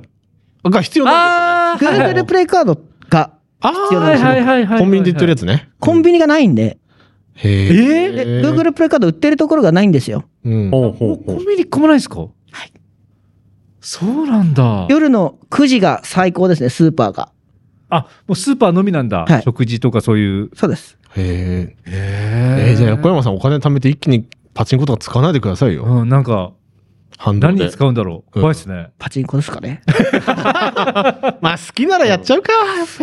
が必要なんで
あー
Google プレイカードが、
す
必要
よね。
なん
は
で
い
すよ
はいはいは
あー
い。
コンビニで売ってるやつね。
コンビニがないんで、
へ
え
で、Google プレイカード売ってるところがないんですよ。
うん。
ほうほ
も
うほ
うコ
う
ン。ビニ一個もないですかはい。そうなんだ。
夜の9時が最高ですね、スーパーが。
あ、もうスーパーのみなんだ。
はい
食事とかそういう。
そうです。
へえ。
え
えーじゃあ横山さんお金貯めて一気にパチンコとか使わないでくださいよ。
うん、なんか、
反動
何に
で。
使うんだろう。
うん
怖いですね。
パチンコですかね。
*laughs* まあ好きならやっちゃうか。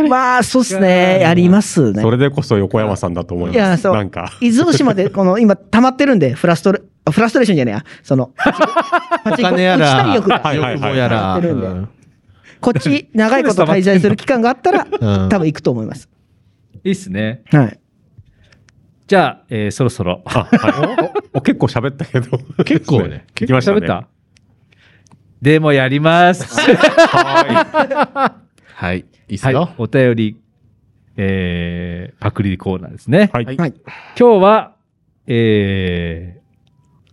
まあ、そうっすね。やりますね
そ。れでこそ横山さんだと思います。
いやそう
なんか。
伊豆大島で、この、今、溜まってるんで、フラストレ、あフラストレーションじゃねえや。その、パチンコパチンコ打ちたい欲
は
が
い、
欲望やら。
はいはいはい
うん
こっち、長いこと滞在する期間があったら、
うん
多分行くと思います。
いいっすね。
はい。
じゃあ、えーそろそろ。
あ、はい、おお結構喋ったけど。
結構ね。
*laughs* 聞きましたね。
喋ったでもやります。
はい。いいっす
はい
よ。。
お便り、えー、パクリコーナーですね。
はい。
はい。
今日は、え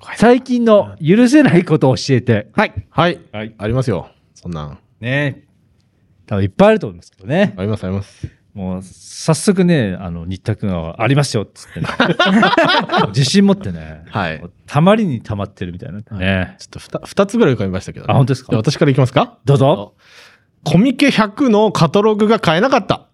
ー、最近の許せないことを教えて。
はい。
はい。
ありますよ。そんなん。
ね多分いっぱいあると思いますけどね。
ありますあります。
もう、早速ね、あの、新田君はありますよ、っつってね。
*laughs*
自信持ってね。
はい。
たまりにたまってるみたいなね。
ちょっとふた二つぐらい浮かびましたけど、
あ本当ですか
じゃあ私からいきますか
どうぞ。
コミケ100のカタログが買えなかった。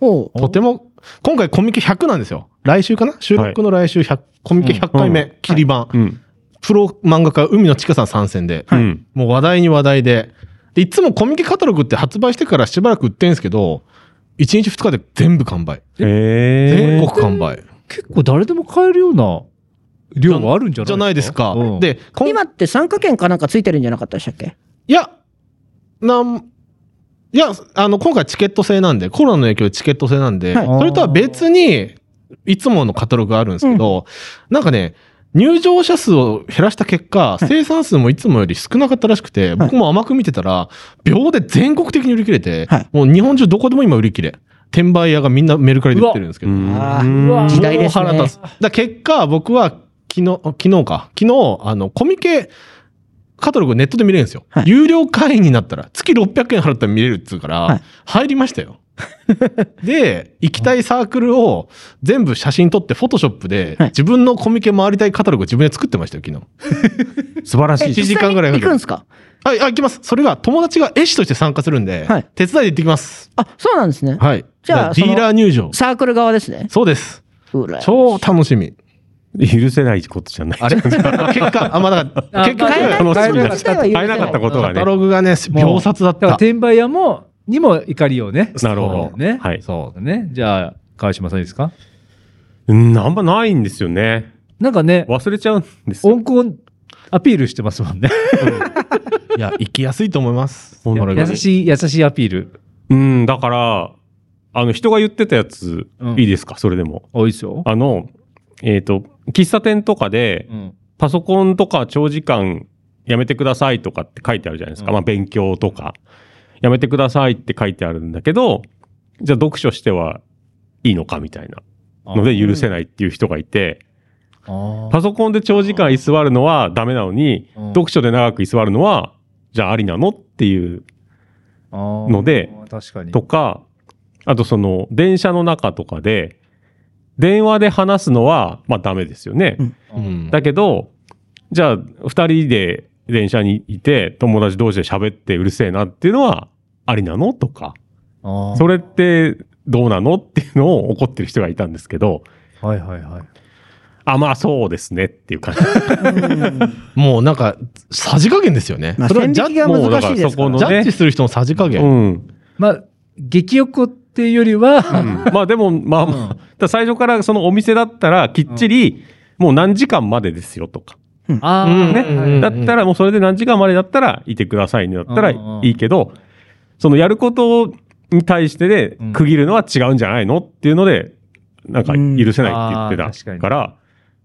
おう
とても、今回コミケ100なんですよ。来週かな収録の来週100、コミケ100回目、切り版、
うん。
プロ漫画家、海野千佳さん参戦で、
うん。
もう話題に話題で。で、いつもコミケカタログって発売してからしばらく売ってんすけど、1日2日で全部完売。
え
全
え
国完売。
結構誰でも買えるような量はあるんじゃない
じゃないですか。
うん
で、こん
今って参加券かなんかついてるんじゃなかったでしたっけ
いや、なん、いや、あの、今回チケット制なんで、コロナの影響でチケット制なんで、
はい
それとは別に、いつものカタログがあるんですけど、なんかね、入場者数を減らした結果、生産数もいつもより少なかったらしくて、僕も甘く見てたら、秒で全国的に売り切れて、
はい
もう日本中どこでも今売り切れ。転売屋がみんなメルカリで売ってるんですけど。
あ
うん
時代ですね
もう腹立つ。だから結果、僕は昨日、昨日か。昨日、あの、コミケ、カタログネットで見れるんですよ。
はい
有料会員になったら、月600円払ったら見れるっつうから、
はい
入りまし
*laughs*
たよ。で、行きたいサークルを全部写真撮って、フォトショップで、
はい
自分のコミケ回りたいカタログを自分で作ってましたよ、昨日。素晴らし1時間ぐらい
行
か
く
か
ん
る
す。か
はい、あ、行きます。それが友達が絵師として参加するんで、
はい
手伝いで行ってきます。
あ、そうなんですね。
はい。
じゃあ
ディーラー入場。
サークル側ですね。
そうです。
うら
超楽しみ。
許せないことじゃない。
あれ *laughs* 結果、あ、まあ、だから、
あ
結局、
買えない
楽し
買
み
えな
だ
かっ
した
買え
買えなかったことが
カタ
ね。
ログがね、
もう
秒殺だっ
だから
た。
転売屋も、にも怒りをね。
なるほど。
ね。
はい。
そうね。じゃあ、川島さんいいですか
うん、あんまないんですよね。
なんかね、
忘れちゃうんですよ。
温厚アピールしてますも
*laughs*
んね。
いや、行きやすいと思います。
ほんとに
カタロ
優
グ
しい、優しいアピール。
うん、だから、あの、人が言ってたやつ、
うん
いいですか、それでも。
多いですよ。
あの、えっ、と、喫茶店とかで、
うん。
パソコンとか長時間やめてくださいとかって書いてあるじゃないですか。
うん
まあ勉強とか。やめてくださいって書いてあるんだけど、じゃあ読書してはいいのかみたいなので許せないっていう人がいて、
あー
パソコンで長時間居座るのはダメなのに、
うん
読書で長く居座るのは、じゃあありなのっていう
あー
ので、
確かに。
とか、あとその電車の中とかで、電話で話すのは、まあダメですよね。
うん
うん
だけど、じゃあ、二人で電車にいて、友達同士で喋ってうるせえなっていうのは、ありなのとか。
あー
それって、どうなのっていうのを怒ってる人がいたんですけど、
はいはいはい。
あ、まあそうですねっていう感じ。
もうなんか、さじ加減ですよね。
まあ
それはジャ
線引きが難しいですから
もう
ジャ
だからそこのね
ッジする人のさじ加
う
減。
ん。
まあ、激横っていうよりは、
まあでも、まあまあ、だから最初からそのお店だったらきっちり、もう何時間までですよとか。
あ
うん
あ、
ね、
うんうん
だったらもうそれで何時間までだったらいてくださいねだったら
うんうん
いいけど、そのやることに対してで
うん
区切るのは違うんじゃないのっていうので、なんか許せないって
うんあ
言
ー
って
確か
た
に
から、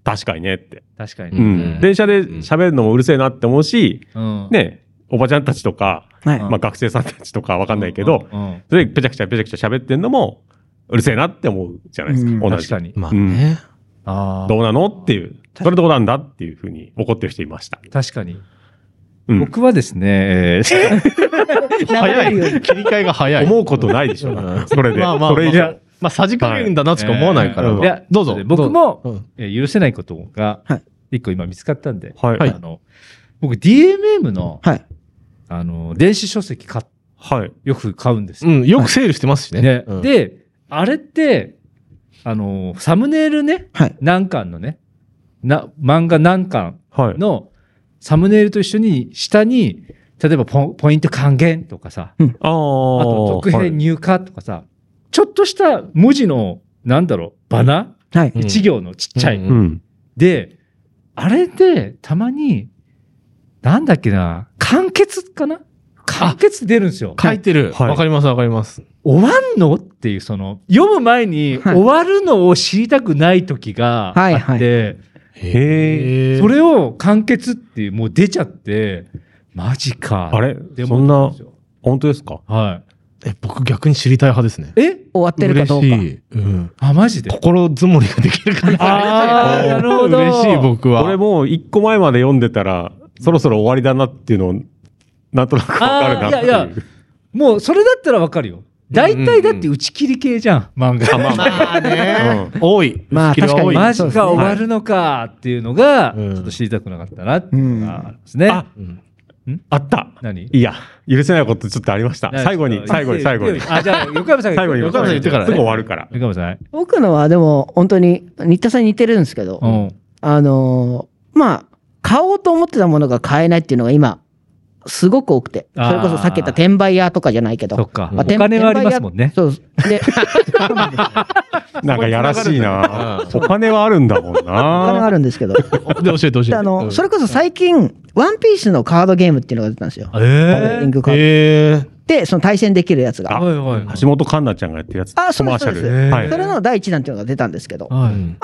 確かにねって。
確か
う
に
ん
うん
ね。
電車で喋るのもうるせえなって思うし、
うん、
ね、おばちゃんたちとか、
はい。
まあ学生さんたちとかわかんないけど、
うんうんうん
それでぺちゃくちゃぺちゃくちゃ喋ってんのもうるせえなって思うじゃないです
うん
か。同
確
じ
か。に。
まあね。
あ
ど
あ、
うなのっていう。それどうなんだっていうふうに怒ってる人いました。
確かに。
うん
僕はですね、えー
早い。切り替えが早い。
思うことないでしょ。
うん
それで。
まあまあ
それじゃ。
まあ、さじ加減だなとしか思わないから。
はい
まあ
いや
どうぞ。
僕も
どうぞ、
えー許せないことが
はい、
一個今見つかったんで、
はい。
あの僕 DMM の、
はい。
あの、電子書籍買っ
はい。
よく買うんです
うん
よ。
うんよくセールしてますしね。
ね
うん、
で、あれって、あの、サムネイルね、
はい
何巻のね、な、漫画何巻
はい。
のサムネイルと一緒に、下に、例えばポポイント還元とかさ、
ああ
あと
と
特編入荷とかさ、ちょっとした文字の、なんだろう、バナ
はい。
うん
一行のちっちゃい。
うん
うん。
で、あれで、たまに、なんだっけな、完結かな完結出るんですよ。
書いてる。
はい
わかります、わかります。
終わんのっていうその読む前に
はい
終わるのを知りたくない時が
はい
あって、
へ
それを完結っていうもう出ちゃってマジか
あれ
で
そんな
ですよ
本当ですか
は
え、僕逆に知りたい派ですね。
いえ
終わってるかどうか。
嬉しい。うん。
あマジで
心積もりができるから。
*laughs* あーなるほど
嬉しい、僕は。
俺もう一個前まで読んでたら、そろそろ終わりだなっていうのを、なんとなくわかるなっていう。
あーいやいもうそれだったらわかるよ大体だって打ち切り系じゃん漫画
まあね。多い。
まあ
スキルは多
確かに
い
マジか終わるのかっていうのが
うん
ちょっと知りたくなかったなっていうのがあるんですね、
あ、
うん
あった。
何
いや、許せないことちょっとありました。最後に、最後に、最後に。
あじゃあ横山さんが
最後に、
横山さん言ってからね
すぐ終わるから。
横山さん
僕のはでも本当に新田さんに似てるんですけど、
うん
あのーまあ買おうと思ってたものが買えないっていうのが今すごく多くてそ
あー
れこそさっき言った転売屋とかじゃないけど
そっか。
ま
お
転
金はありますもんね。
転売屋そうで
*laughs*
なんかやらしいな。お金はあるんだもん
お金があ
な。
るんですけど
で、教えて教えて。
であのそ
れ、
れこそ最近ワンピースのカードゲームっていうのが出たんですよ
え
リンクカード
えー
でその対戦できるやつが
あ
はいはい。
橋本環奈ちゃんがやってるやつ。
あ
コ
そう
マ
で
ー
すそ
シャ
うです
ル。はい
そ。れの第一弾っていうのが出たんですけど
は
あ
い。
んまり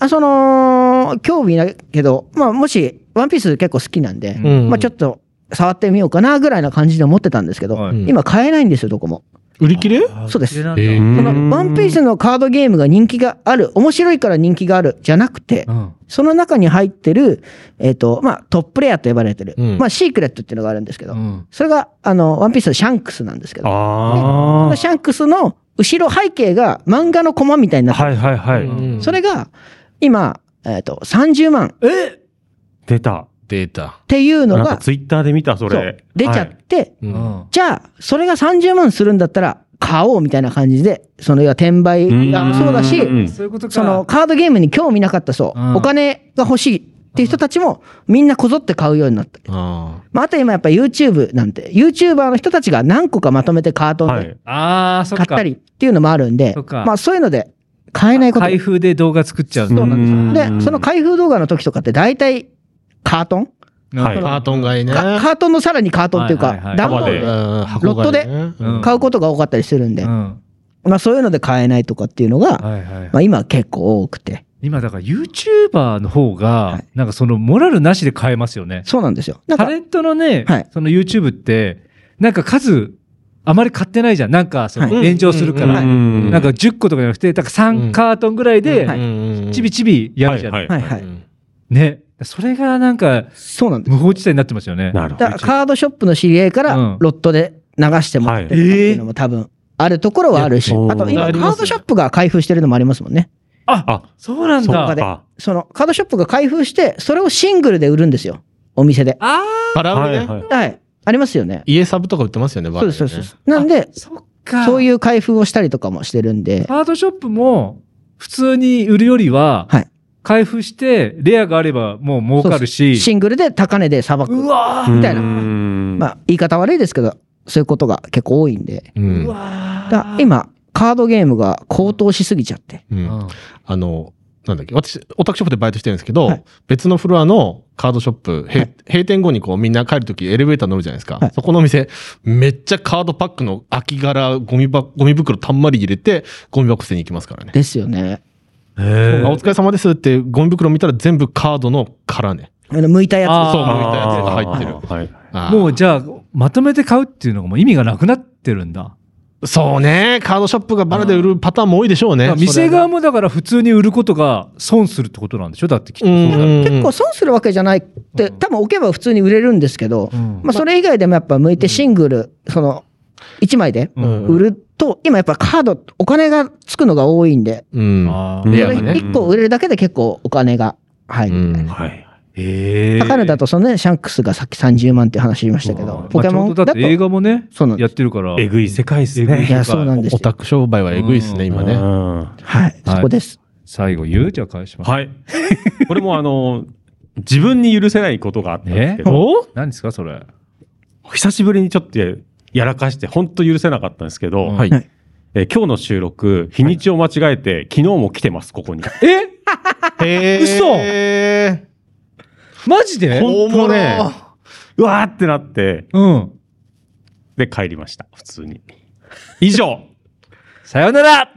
あその興味ないけどまあもしワンピース結構好きなんで、
うん
まあちょっと触ってみようかなぐらいな感じで思ってたんですけど、
はい
今買えないんですよ、どこも。
売り切れ
そうです。
な
こ
んだ
えー
うん
のワンピースのカードゲームが人気がある、面白いから人気があるじゃなくて
う、ん
その中に入ってる、えっ、と、まあトップレアと呼ばれてる、
うん
まあシークレットっていうのがあるんですけど、
うん。
それが、あの、ワンピースのシャンクスなんですけど、
ああ。
シャンクスの後ろ背景が漫画のコマみたいになってる、
はいはいはい。
うん
それが今、えっ、と、30万っ
出た。
データ。
ていうの
なんか
が、
ツイッターで見た、そ
そ
れ
う。出ちゃって、
う
うんん。
じゃあ、それが30万するんだったら、買おうみたいな感じで、その要は転売がそうだし、
うん
そういうことか。
その、カードゲームに興味なかった層、
うん
お金が欲しいっていう人たちも、みんなこぞって買うようになった。
あ
まあ、あと今やっぱ YouTube なんて、YouTuber の人たちが何個かまとめてカート
は
で
い。
ああ、そっ
買
か。
ったりっていうのもあるんで、
そっか
まあそういうので買えないこと。
開封で動画作っちゃう
そうなんですよ
で、その開封動画の時とかって大体カートン、
うん
はい
ーカートン買いね。
かカートンのさらにカートンっていう
はいはいは
か、
い
段ボー
束
ル
で
で
うん
ロットで
箱買いね
うん
買うことが多かったりするんで
う、ん。
まあそういうので買えないとかっていうのが、
はいはい
ま。あ、今結構多くて。
今だから YouTuber の方
は
が
い、
なんかその、モラルなしで買えますよね。
そうなんですよ。なん
タ
か、
レントのね
はい、
その YouTube って、なんか数、あまり買ってないじゃん。なんか、その、
はい
炎上するか
うん
ら。
ん
なんか、10個とかじゃなくて、だから3カートンぐらい
うんはい
で、
い
ちびちびやるじゃん。
はい
は
はいい。
は
う
い。
ん
ね。それがなんか、
そうなんです。
無法地帯になってますよね。
なるほ
だ
ど
から。カードショップの知り合いか
う
ら
ん
ロットで流してもらってるっていうのも多分あるところはあるし、
はい
あと今
あ
カ
りますね
ードショップが開封してるのもありますもんね。
あ、
そうなん
そう
他で
だ。
か。
そのカードショップが開封して、それをシングルで売るんですよ。お店で。
ああ、
バラ売りね。
い。
はい。ありますよね。
家サブとか売ってますよね、バ
そう
ラ
で
売り
す、
ね
そうです。なんで、
そっか
そういう開封をしたりとかもしてるんで、
カードショップも普通に売るよりは
はい、
開封して、レアがあればもう儲かるし、
シングルで高値でさばく。
うわ
みたいな。ま
まあ、
あ、言い方悪いですけど、そういうことが結構多いんで。
う
ーうんわー
だから今、カードゲームが高騰しすぎちゃって。
うん
うん
あの、なんだっけ、私、オタクショップでバイトしてるんですけど、
はい
別のフロアのカードショップ、へい
はい
閉店後にこうみんな帰るときエレベーター乗るじゃないですか。
はい
そこのお店、めっちゃカードパックの空き殻、ゴミ箱、ゴミ袋たんまり入れて、ゴミ箱捨てに行きますからね。
ですよね。
あお疲れ様ですって、ゴミ袋見たら全部カードの殻ね。
あの、向いたや
あー
そう、
あ
向いたやつが入ってる。
ーはい
あー
もうじゃあ、まとめて買うっていうのがもう意味がなくなってるんだ。
そうね、カードショップがバラで売るパターンも多いでしょう
だ
ね
から。店側もだから普通に売ることが損するってことなんでしょだってきっと
う。んうんうん
つ。結構損するわけじゃないって、多分置けば普通に売れるんですけど、
うん
まあ、それ以外でもやっぱ向いてシングル、その、1枚で
うん
売ると、今やっぱカード、お金がつくのが多いんで、
うん。
あ
う
ー
ん
レ
そ
ア
れ
がね。
1個売れるだけで結構お金が入るみたいな。
はい。
へー
高値だとそのね、シャンクスがさっき30万っていう話しましたけ
ま
ど
あ、
ポケモン
ちょうど
だ
だ
と、
って映画もね、
そうなんで
やっ
す。
てるから。
えぐい世界っす
えぐ
い
ね。
や、そうなんです
オ
よ。
タク商売はえぐいっすね、今ね。
ね。
はい、
はい
そこです。
最後言うじゃあ返します。
はい。 *laughs* これもあの、自分に許せないことがあったんですけど、
お
何ですかそれ。
久しぶりにちょっとやらかして、本当許せなかったんですけど、
うん
はい。
えー今日の収録、日にちを間違えて、昨日も来てます、ここに。
え
へー。
マジで
本当ね。
うわーってなって、
うん。
で、帰りました、普通に。以上、
さよなら